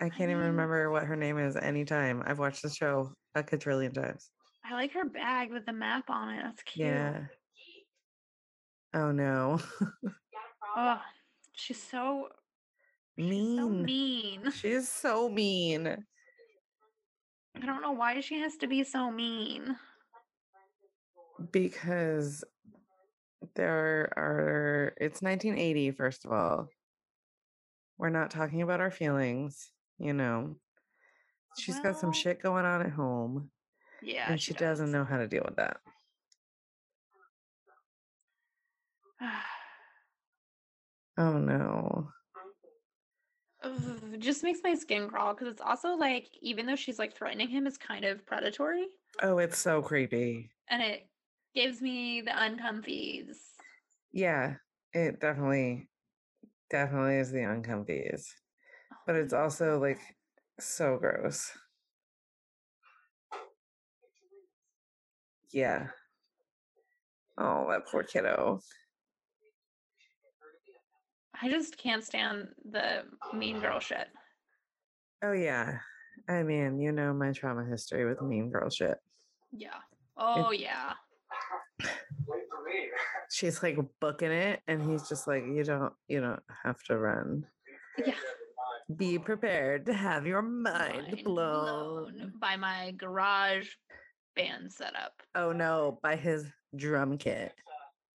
S5: I can't even
S7: mean-
S5: remember what her name is anytime. I've watched the show a quadrillion times.
S7: I like her bag with the map on it. That's cute.
S5: Yeah. Oh no. [laughs]
S7: Oh, she's so,
S5: mean.
S7: so mean.
S5: She's so mean.
S7: I don't know why she has to be so mean.
S5: because there are it's 1980 first of all we're not talking about our feelings you know She's got some
S7: Well-
S5: shit going on at home
S7: Yeah.
S5: and she, doesn't know how to deal with that oh no
S7: [sighs] Ugh, just makes my skin crawl because it's also like even though she's like threatening him is kind of predatory
S5: oh it's so creepy
S7: and it gives me the uncomfies
S5: yeah it definitely definitely is the uncomfies but it's also like so gross yeah oh that poor kiddo
S7: i just can't stand the mean girl shit
S5: Oh yeah. I mean, you know my trauma history with mean girl shit.
S7: yeah oh yeah
S5: She's like booking it and he's just like, You don't you don't have to run.
S7: yeah
S5: Be prepared to have your mind,
S7: Mind
S5: blown.
S7: by my garage band setup
S5: Oh no, by his drum kit.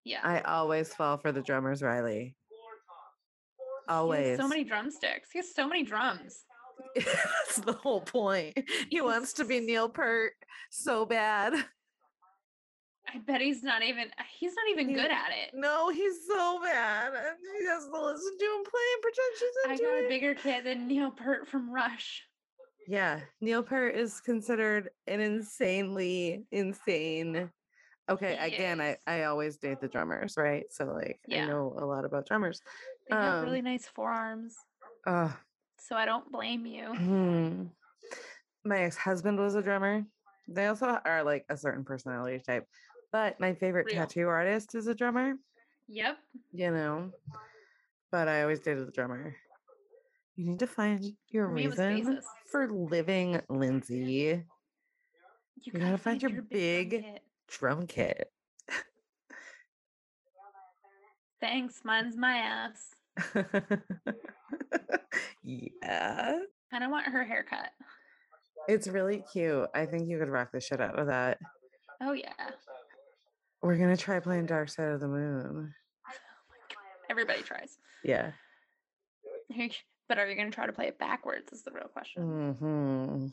S7: yeah
S5: I always fall for the drummers, Riley.
S7: he
S5: Always.
S7: has so many drumsticks he has so many drums
S5: [laughs] That's the whole point. He wants to be Neil Pert so bad. [laughs]
S7: i bet he's not even he's not even
S5: He-
S7: good at it
S5: No, he's so bad. And he has to listen to him play and pretend
S7: I
S5: she's into
S7: got
S5: it.
S7: a bigger kid than Neil Peart from Rush.
S5: Yeah, Neil Peart is considered an insanely insane. Okay,
S7: He
S5: again, I,
S7: is.
S5: I always date the drummers, right? So like I
S7: Yeah.
S5: know a lot about drummers.
S7: They have really
S5: Um,
S7: nice forearms,
S5: Uh,
S7: so I don't blame you.
S5: [laughs] hmm. my ex-husband was a drummer. They also are like a certain personality type. But my favorite
S7: Real.
S5: tattoo artist is a drummer,
S7: Yep.
S5: you know. But I always dated the drummer. You need to find your
S7: For me, it was
S5: reason
S7: Basis.
S5: for living, Lindsay.
S7: You
S5: gotta find your big- Drum
S7: drum kit.
S5: kit. [laughs]
S7: Thanks, mine's my ass.
S5: yeah.
S7: And I want her haircut.
S5: It's really cute. I think you could rock the shit out of that.
S7: Oh yeah.
S5: We're gonna try playing Dark Side of the Moon.
S7: Everybody tries. [laughs]
S5: Yeah.
S7: But are you gonna try to play it backwards is the real question.
S5: hmm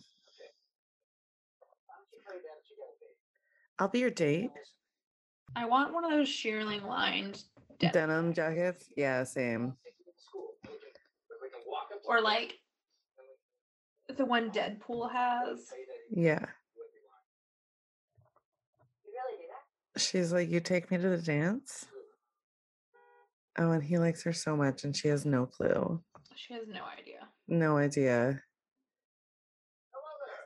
S5: I'll be your date.
S7: I want one of those shearling lined denim.
S5: Denim jackets. Yeah, same.
S7: or like the one Deadpool has.
S5: Yeah. She's like, You take me to the dance? Oh, and he likes her so much, and she has no clue.
S7: She has no idea.
S5: No idea.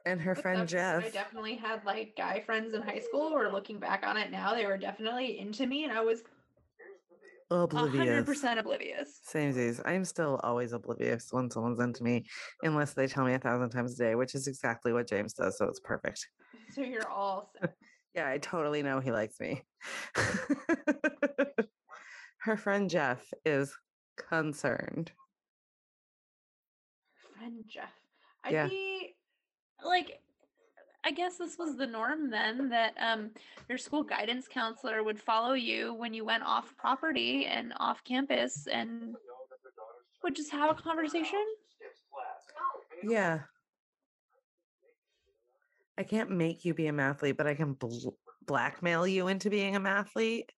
S5: And her
S7: What's
S5: friend
S7: up? I
S5: Jeff.
S7: definitely had like guy friends in high school or looking back on it now, they were definitely into me and I was hundred
S5: Oblivious.
S7: percent oblivious.
S5: Same days. I'm still always oblivious when someone's into me, unless they tell me a thousand times a day, which is exactly what James does. So it's perfect.
S7: So you're all set.
S5: Yeah, I totally know he likes me. [laughs] her friend Jeff is concerned.
S7: friend Jeff. I'd
S5: Yeah.
S7: be like I guess this was the norm then that um your school guidance counselor would follow you when you went off property and off campus and would just have a conversation.
S5: Yeah. I can't make you be a mathlete, but I can bl- blackmail you into being a mathlete.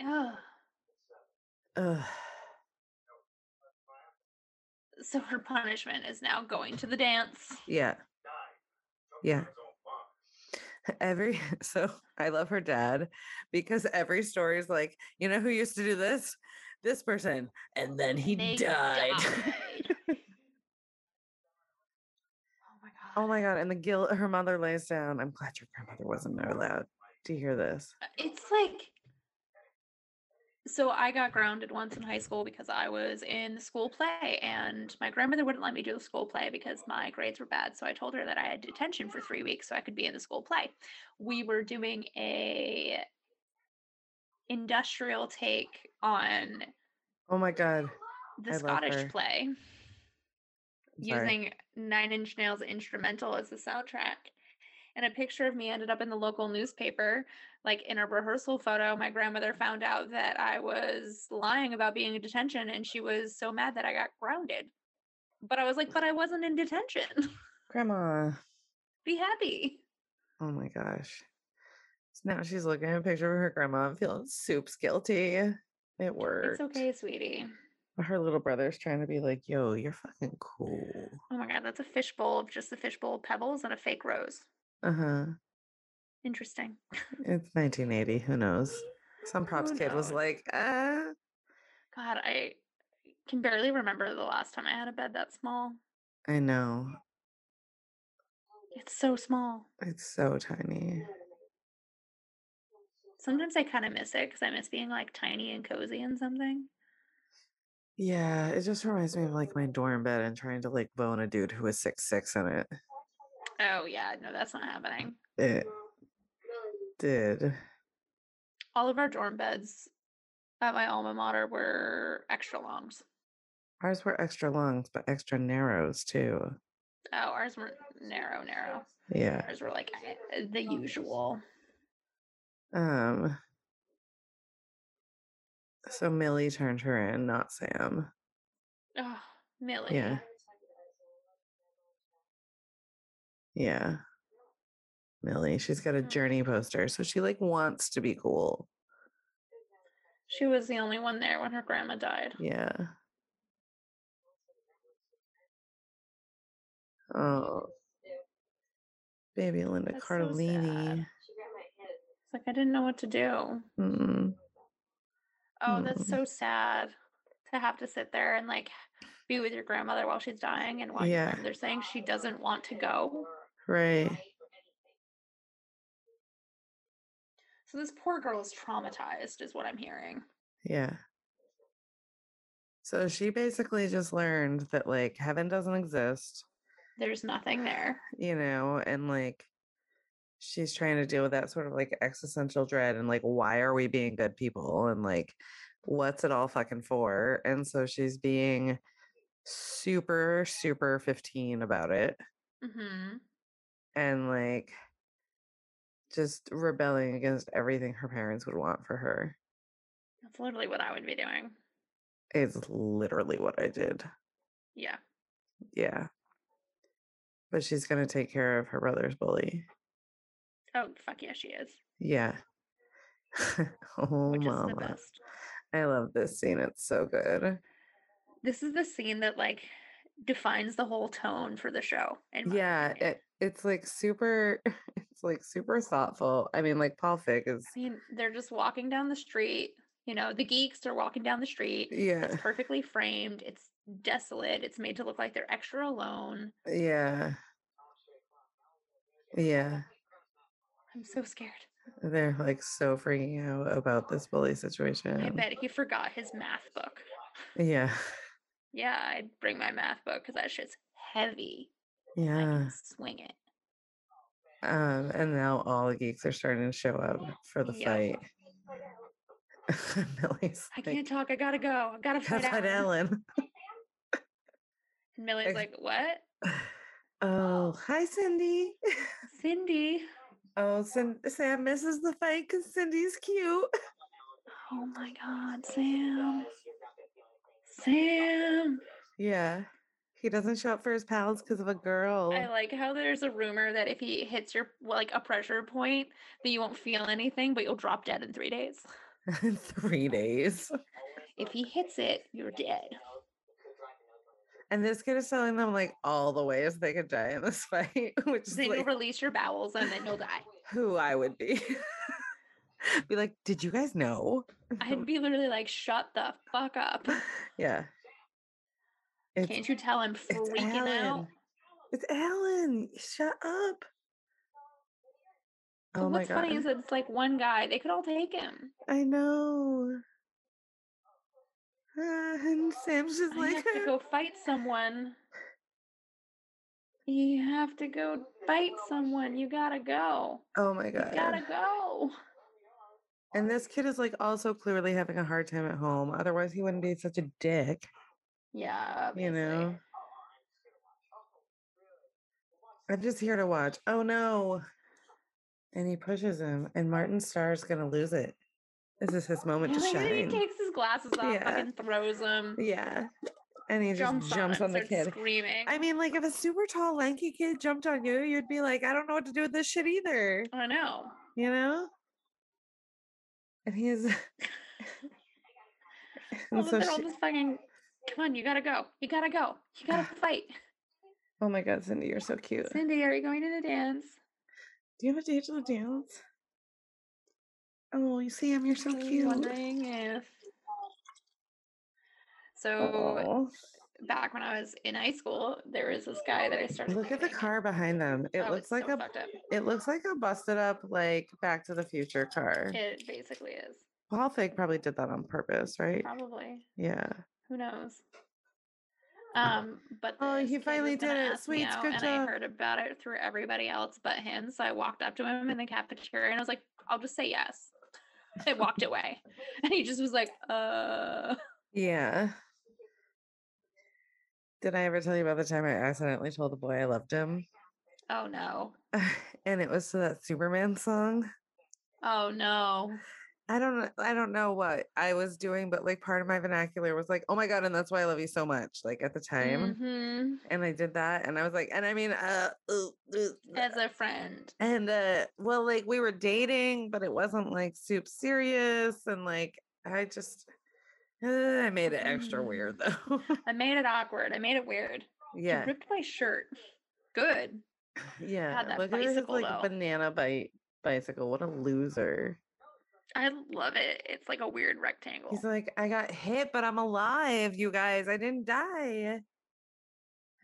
S7: Yeah.
S5: Ugh.
S7: So her punishment is now going to the dance.
S5: Yeah. Yeah. [laughs] Every [laughs] so I love her dad because every story is like, you know who used to do this? This person. And then he [laughs]
S7: They
S5: died.
S7: died. oh my god.
S5: Oh my god! And the guilt her mother lays down. I'm glad your grandmother wasn't allowed to hear this.
S7: It's like so I got grounded once in high school because I was in the school play and my grandmother wouldn't let me do the school play because my grades were bad. So I told her that I had detention for 3 weeks so I could be in the school play. We were doing a industrial take on
S5: Oh my god!
S7: the
S5: I love her.
S7: Scottish play
S5: I'm sorry.
S7: using Nine Inch Nails instrumental as the soundtrack. And a picture of me ended up in the local newspaper. Like in a rehearsal photo, my grandmother found out that I was lying about being in detention and she was so mad that I got grounded. But I was like, but I wasn't in detention. [laughs]
S5: grandma.
S7: Be happy.
S5: Oh my gosh! So now she's looking at a picture of her grandma and feeling soups guilty. It worked.
S7: It's okay, sweetie.
S5: But her little brother's trying to be like, "Yo, you're fucking cool."
S7: Oh my God, that's a fishbowl of just a fishbowl of pebbles and a fake rose.
S5: Uh huh.
S7: Interesting.
S5: It's 1980. Who knows? Some props
S7: Who
S5: kid was
S7: knows?
S5: like, uh,
S7: God, I can barely remember the last time I had a bed that small.
S5: I know.
S7: It's so small.
S5: It's so tiny.
S7: Sometimes I kind of miss it because I miss being like tiny and cozy and something.
S5: Yeah, it just reminds me of like my dorm bed and trying to like bone a dude who was six six in it.
S7: Oh yeah, no, that's not happening.
S5: It did.
S7: All of our dorm beds at my alma mater were extra longs.
S5: Ours were extra longs, but extra narrows too.
S7: Oh, ours were narrow, narrow.
S5: Yeah.
S7: Ours were like eh, the usual.
S5: Um. So Millie turned her in, not Sam.
S7: Oh, Millie.
S5: Yeah. Yeah. Millie, she's got a
S7: Mm.
S5: journey poster, so she like wants to be cool.
S7: She was the only one there when her grandma died.
S5: Yeah. Oh. Baby Linda
S7: That's so sad.
S5: Cardellini.
S7: It's like I didn't know what to do.
S5: Mm.
S7: Oh, that's
S5: Mm.
S7: so sad to have to sit there and like be with your grandmother while she's dying and while
S5: Yeah.
S7: your grandmother's saying she doesn't want to go.
S5: Right.
S7: So this poor girl is traumatized, is what I'm hearing.
S5: Yeah. So she basically just learned that like heaven doesn't exist,
S7: There's nothing there.
S5: you know, and like she's trying to deal with that sort of like existential dread and like why are we being good people and like what's it all fucking for? And so she's being super super 15 about it
S7: hmm
S5: and like just rebelling against everything her parents would want for her.
S7: That's literally what I would be doing.
S5: It's literally what I did.
S7: Yeah.
S5: Yeah. But she's going to take care of her brother's bully.
S7: Oh fuck yeah, she is,
S5: Yeah. [laughs] oh,
S7: which is the
S5: mama.
S7: best.
S5: I love this scene. It's so good.
S7: This is the scene that like defines the whole tone for the show. in my
S5: Yeah.
S7: opinion.
S5: It, it's like super, [laughs] it's like super thoughtful. I mean, like Paul Fig is,
S7: I mean, they're just walking down the street. You know, the geeks are walking down the street.
S5: yeah.
S7: It's perfectly framed. It's desolate. It's made to look like they're extra alone.
S5: Yeah. Yeah.
S7: I'm so scared.
S5: They're like so freaking out about this bully situation.
S7: I bet he forgot his math book.
S5: Yeah. [laughs]
S7: Yeah, I'd bring my math book because that shit's heavy. I
S5: Yeah.
S7: can swing it.
S5: Um, and now all the geeks are starting to show up for the [laughs]
S7: Yeah.
S5: fight. Millie's
S7: I
S5: like,
S7: can't talk. I gotta go. I
S5: [laughs]
S7: gotta
S5: "Gotta
S7: find
S5: fight [laughs] Ellen.
S7: And
S5: Ex-
S7: Millie's like, "What,
S5: Oh, hi, Cindy.
S7: Cindy?
S5: Oh, Cin- Sam misses the fight because Cindy's cute. [laughs]
S7: Oh my God, Sam! Sam!
S5: Yeah. He doesn't show up for his pals because of a girl.
S7: I like how there's a rumor that if he hits your well, like a pressure point, that you won't feel anything, but you'll drop dead in three days.
S5: [laughs] In Three days.
S7: If he hits it, you're dead.
S5: And this kid is telling them like all the ways they could die in this [laughs] fight, which is
S7: Then you'll
S5: like
S7: release your bowels, and then you'll die.
S5: who I would be. [laughs] be like, did you guys know? [laughs]
S7: I'd be literally like, "Shut the fuck up!
S5: Yeah. It's-
S7: Can't you tell I'm
S5: It's
S7: freaking out?"
S5: Alan. It's Alan. Shut up.
S7: But
S5: Oh my
S7: what's
S5: god.
S7: funny is it's like one guy. They could all take him.
S5: I know. [sighs] Ah, and Sam's just
S7: I
S5: like,
S7: have
S5: [laughs]
S7: to go fight someone. You have to go fight someone. You
S5: [laughs]
S7: gotta go.
S5: oh my
S7: You
S5: god.
S7: gotta go.
S5: And this kid is like also clearly having a hard time at home. Otherwise, he wouldn't be such a dick,
S7: Yeah,
S5: you
S7: obviously.
S5: know? I'm just here to watch. Oh no. And he pushes him, and Martin Starr's gonna lose it. This is his moment
S7: Yeah,
S5: to
S7: like,
S5: shine.
S7: [laughs] He takes his
S5: [laughs]
S7: glasses off,
S5: Yeah.
S7: fucking throws them,
S5: Yeah. And he
S7: jumps,
S5: just jumps
S7: on,
S5: on the
S7: starts
S5: kid.
S7: screaming.
S5: I mean, like if a super tall, lanky kid jumped on you, you'd be like, I don't know what to do with this shit either.
S7: I know.
S5: You know? And he is [laughs]
S7: Well,
S5: and so
S7: then Oh, they're all
S5: she-
S7: just fucking. Come on, you gotta go. You gotta go. You
S5: [sighs]
S7: gotta fight.
S5: Oh my god, Cindy, you're so cute.
S7: Cindy, are you going to the dance?
S5: Do you have a date to the dance? Oh, you see him, you're so
S7: I was
S5: cute.
S7: Wondering if. So
S5: Oh,
S7: back when I was in high school, there was this guy that I started.
S5: look at the
S7: dating.
S5: car behind them. It
S7: I was
S5: looks like
S7: so
S5: a
S7: fucked up.
S5: it looks like a busted up like Back to the Future car.
S7: It basically is.
S5: Paul Fig probably did that on purpose, right?
S7: Probably.
S5: Yeah.
S7: Who knows? Um, but
S5: Oh,
S7: this
S5: he
S7: kid was
S5: finally
S7: gonna
S5: did it.
S7: ask me
S5: Sweets,
S7: out,
S5: good
S7: and I
S5: job.
S7: heard about it through everybody else but him. So I walked up to him in the cafeteria and I was like, "I'll just say yes." [laughs] I walked away, [laughs] and he just was like, "Uh."
S5: Yeah. Did I ever tell you about the time I accidentally told a boy I loved him? [laughs]
S7: Oh no.
S5: and it was to that Superman song.
S7: Oh no.
S5: I don't know I don't know what I was doing, but like part of my vernacular was like, oh my god, and that's why I love you so much, like at the time.
S7: Mhm.
S5: And I did that and I was like, and I mean uh, uh, uh, uh,
S7: As a friend.
S5: and uh well like we were dating, but it wasn't like soup serious and like I just uh, I made it extra
S7: Mm.
S5: weird though. [laughs]
S7: I made it awkward. I made it weird. He
S5: yeah.
S7: ripped my shirt. Good.
S5: Yeah,
S7: that
S5: look at his
S7: bicycle,
S5: like
S7: though.
S5: banana bite bicycle. What a loser!
S7: I love it. It's like a weird rectangle.
S5: He's like, I got hit, but I'm alive, you guys. I didn't die.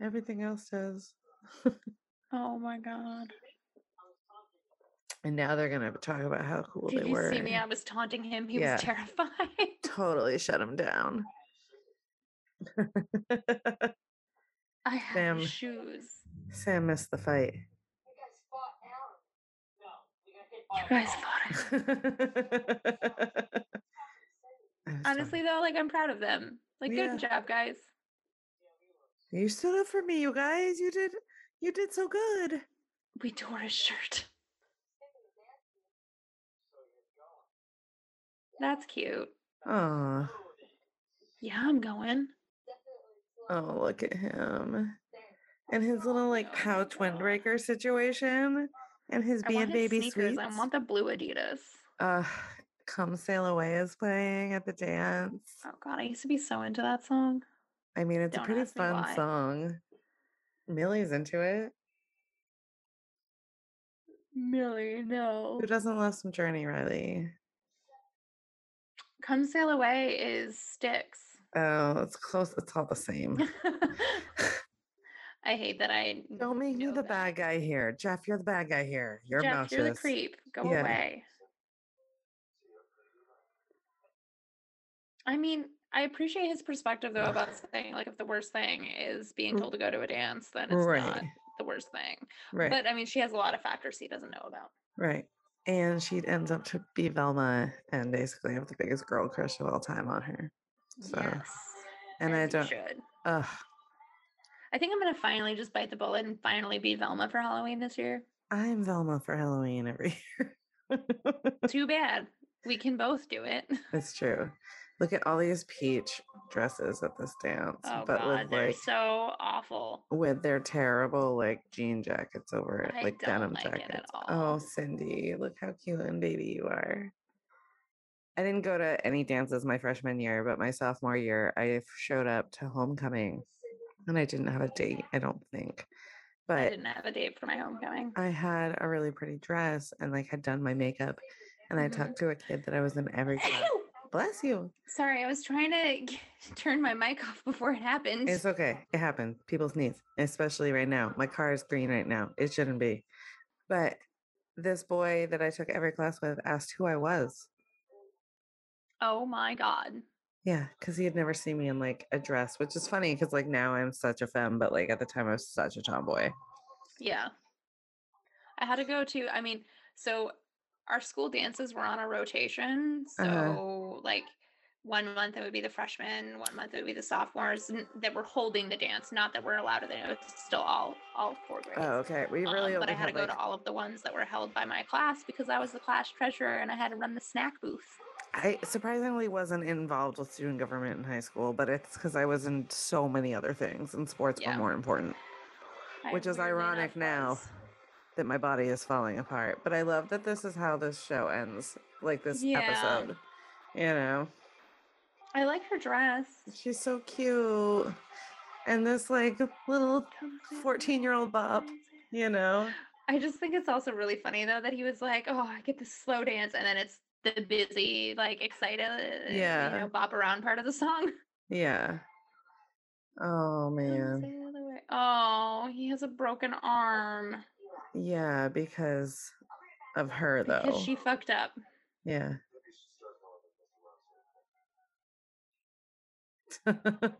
S5: Everything else does.
S7: oh my god.
S5: And now they're gonna talk about how cool
S7: Did
S5: they
S7: you
S5: were.
S7: see me? I was taunting him. He
S5: Yeah.
S7: was terrified.
S5: [laughs]
S7: [laughs]
S5: Totally shut him down. [laughs]
S7: I have
S5: Sam.
S7: no shoes.
S5: Sam missed the fight. [laughs]
S7: You guys
S5: [laughs]
S7: fought. it.
S5: I was talking-
S7: Honestly, though, like I'm proud of them. Like,
S5: Yeah.
S7: good job, guys.
S5: you stood up for me, you guys. You did, you did so good.
S7: We tore his shirt. That's cute.
S5: Oh,
S7: Yeah, I'm going.
S5: oh, look at him, and his
S7: Oh,
S5: little like pouch windbreaker situation, and his
S7: I
S5: B
S7: want
S5: and
S7: his
S5: Baby
S7: sneakers.
S5: sweets.
S7: I want the blue Adidas.
S5: uh come sail away is playing at the dance
S7: Oh god, I used to be so into that song.
S5: i mean it's
S7: Don't
S5: a pretty
S7: ask me
S5: fun
S7: why.
S5: song millie's into it
S7: Millie, no.
S5: who doesn't love some journey riley
S7: Come Sail Away is Sticks.
S5: oh it's close it's all the
S7: [laughs]
S5: same
S7: I hate that I
S5: don't make me
S7: know
S5: the
S7: that.
S5: bad guy here jeff you're the bad guy here you're
S7: Jeff,
S5: obnoxious
S7: you're the creep. Go
S5: Yeah.
S7: away. I mean, I appreciate his perspective though
S5: [sighs]
S7: about saying like if the worst thing is being
S5: R-
S7: told to go to a dance, then it's not
S5: Mm. right
S7: the worst thing.
S5: right
S7: But I mean, she has a lot of factors he doesn't know about.
S5: right and she ends up to be velma and basically have the biggest girl crush of all time on her so
S7: Yes.
S5: and i
S7: as he
S5: don't
S7: should.
S5: ugh,
S7: I think I'm gonna finally just bite the bullet and finally be Velma for Halloween
S5: [laughs]
S7: this year.
S5: i'm velma for halloween every year [laughs]
S7: Too bad. We can both do it.
S5: That's true. Look at all these peach dresses at this dance,
S7: Oh
S5: but
S7: god,
S5: with
S7: they're
S5: like
S7: so awful.
S5: with their terrible like jean jackets over it,
S7: I
S5: like
S7: don't
S5: denim
S7: like it at
S5: jackets.
S7: all.
S5: Oh, Cindy, look how cute and baby you are. I didn't go to any dances my freshman year, but my sophomore year, I f- showed up to homecoming, and I didn't have a date. I don't think,
S7: I
S5: but
S7: didn't have a date for my homecoming.
S5: I had a really pretty dress and like had done my makeup, and I
S7: Mhm. [laughs]
S5: talked to a kid that I was in every class. Bless you.
S7: Sorry, I was trying to g- [laughs] turn my mic off before it happened.
S5: It's okay. It happens. People sneeze, especially right now. My car is green right now. It shouldn't be. But this boy that I took every class with asked who I was.
S7: oh my god.
S5: Yeah, because he had never seen me in like a dress, which is funny because like now I'm such a femme, but like at the time I was such a tomboy.
S7: Yeah. I had to go to, I mean, so our school dances were on a rotation. So,
S5: Uh-huh.
S7: like, one month it would be the freshmen, one month it would be the sophomores n- that were holding the dance. Not that we're allowed to, it's still all all four grades.
S5: Oh, okay. We really
S7: Um, but
S5: only
S7: I had to
S5: had
S7: go
S5: like,
S7: to all of the ones that were held by my class because I was the class treasurer and I had to run the snack booth.
S5: I surprisingly wasn't involved with student government in high school, but it's because I was in so many other things and sports
S7: Yeah.
S5: were more important.
S7: I
S5: Which is
S7: weirdly
S5: ironic
S7: enough
S5: now.
S7: was.
S5: That my body is falling apart. But I love that this is how this show ends, like this
S7: Yeah.
S5: episode. You know?
S7: I like her dress.
S5: She's so cute. And this like little 14-year-old bop. you know.
S7: I just think it's also really funny though that he was like, "Oh, I get this slow dance," and then it's the busy, like excited,
S5: Yeah.
S7: you know, bop around part of the song. [laughs]
S5: Yeah. Oh
S7: Don't
S5: man.
S7: say the other way. Oh, he has a broken arm
S5: Yeah, because of her though.
S7: because she fucked up.
S5: Yeah. [laughs]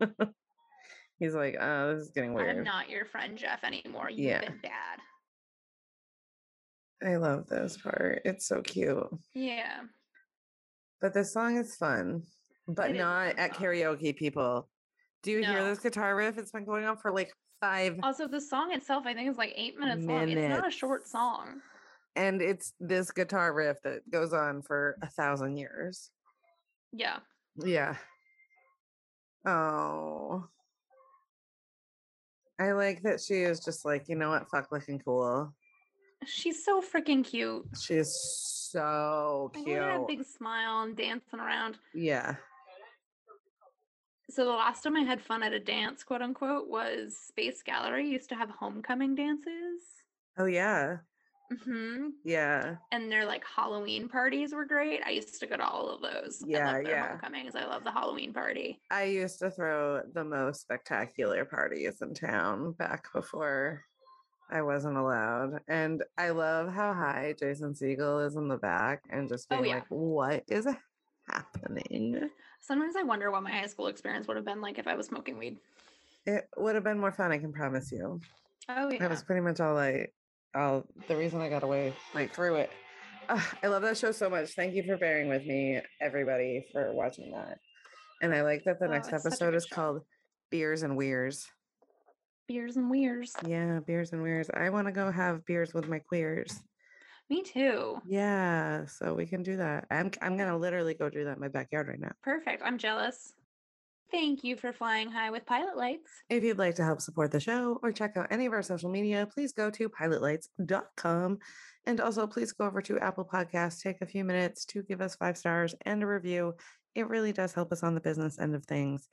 S5: He's like, oh, this is getting
S7: I'm
S5: weird.
S7: not your friend, Jeff, anymore. You've
S5: Yeah.
S7: been bad.
S5: I love this part. It's so cute.
S7: Yeah,
S5: But this song is fun, but
S7: It is a
S5: not
S7: fun
S5: at
S7: song.
S5: karaoke, people. Do you hear
S7: No. Oh.
S5: this guitar riff? It's been going on for like five,
S7: Also, the song itself, I think, is like eight minutes, long. It's not a short
S5: Minutes.
S7: song.
S5: and it's this guitar riff that goes on for a thousand years.
S7: Yeah.
S5: Yeah. Oh. I like that she is just like, you know what? Fuck looking cool.
S7: She's so freaking cute.
S5: She is so
S7: Look at that
S5: cute.
S7: big smile and dancing around.
S5: Yeah.
S7: So the last time I had fun at a dance, quote unquote, was Space Gallery used to have homecoming dances.
S5: Oh, yeah.
S7: hmm
S5: Yeah.
S7: And their like Halloween parties were great. I used to go to all of those.
S5: Yeah,
S7: I love their
S5: yeah.
S7: homecomings. I love the Halloween party.
S5: I used to throw the most spectacular parties in town back before I wasn't allowed. And I love how high Jason Siegel is in the back and just
S7: Oh,
S5: being
S7: yeah.
S5: like, what is happening?
S7: Sometimes I wonder what my high school experience would have been like if I was smoking weed.
S5: It would have been more fun, I can promise you.
S7: Oh yeah.
S5: That was pretty much all I, all the reason I got away like through it. Ah, I love that show so much. Thank you for bearing with me, everybody, for watching that. And I like that the
S7: Oh,
S5: next
S7: it's such a
S5: episode
S7: good
S5: is
S7: show.
S5: called Beers and Weirs.
S7: Beers and weirs.
S5: Yeah, beers and weirs. I want to go have beers with my queers.
S7: Me too.
S5: Yeah, so we can do that. I'm I'm gonna literally go do that in my backyard right now.
S7: Perfect. I'm jealous. Thank you for flying high with pilot lights.
S5: If you'd like to help support the show or check out any of our social media, please go to pilotlights.com. And also, please go over to Apple Podcasts, take a few minutes to give us five stars and a review. It really does help us on the business end of things.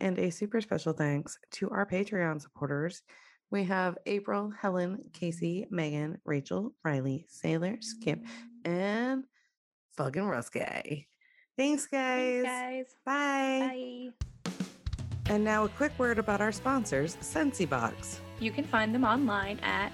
S5: And a super special thanks to our Patreon supporters. We have April, Helen, Casey, Megan, Rachel, Riley, Sailor, Skip, and fucking Russ Guy. Thanks, guys.
S7: Thanks, guys.
S5: Bye.
S7: Bye.
S5: And now, a quick word about our sponsors, SensiBox.
S6: You can find them online at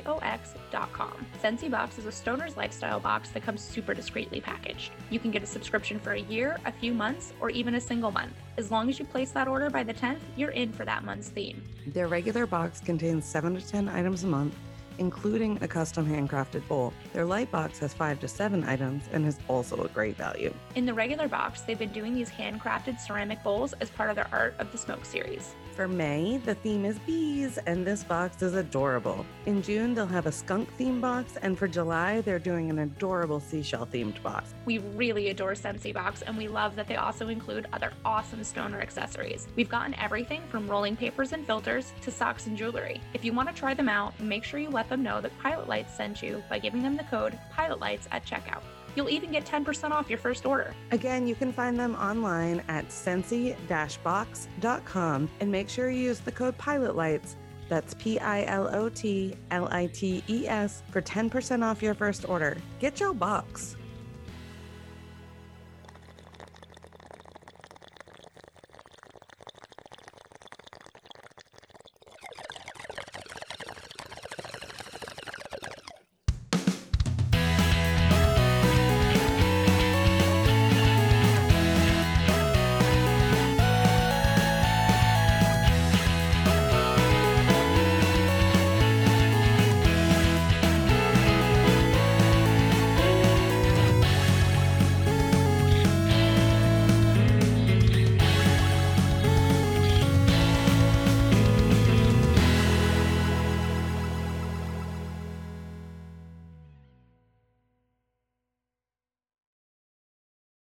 S6: www.sensi-box.com. SensiBox is a stoner's lifestyle box that comes super discreetly packaged. You can get a subscription for a year, a few months, or even a single month. As long as you place that order by the 10th, you're in for that month's theme.
S5: Their regular box contains 7 to 10 items a month, including a custom handcrafted bowl. Their light box has 5 to 7 items and is also a great value.
S6: In the regular box, they've been doing these handcrafted ceramic bowls as part of their Art of the Smoke series.
S5: For May, the theme is bees, and this box is adorable. In June, they'll have a skunk theme box, and for July, they're doing an adorable seashell themed box.
S6: We really adore Sensi Box, and we love that they also include other awesome stoner accessories. We've gotten everything from rolling papers and filters to socks and jewelry. If you want to try them out, make sure you let them know that Pilot Lights sent you by giving them the code PILOTLIGHTS at checkout. You'll even get 10% off your first order.
S5: Again, you can find them online at sensi-box.com and make sure you use the code PILOTLIGHTS That's P I L O T L I T E S for 10% off your first order. Get your box.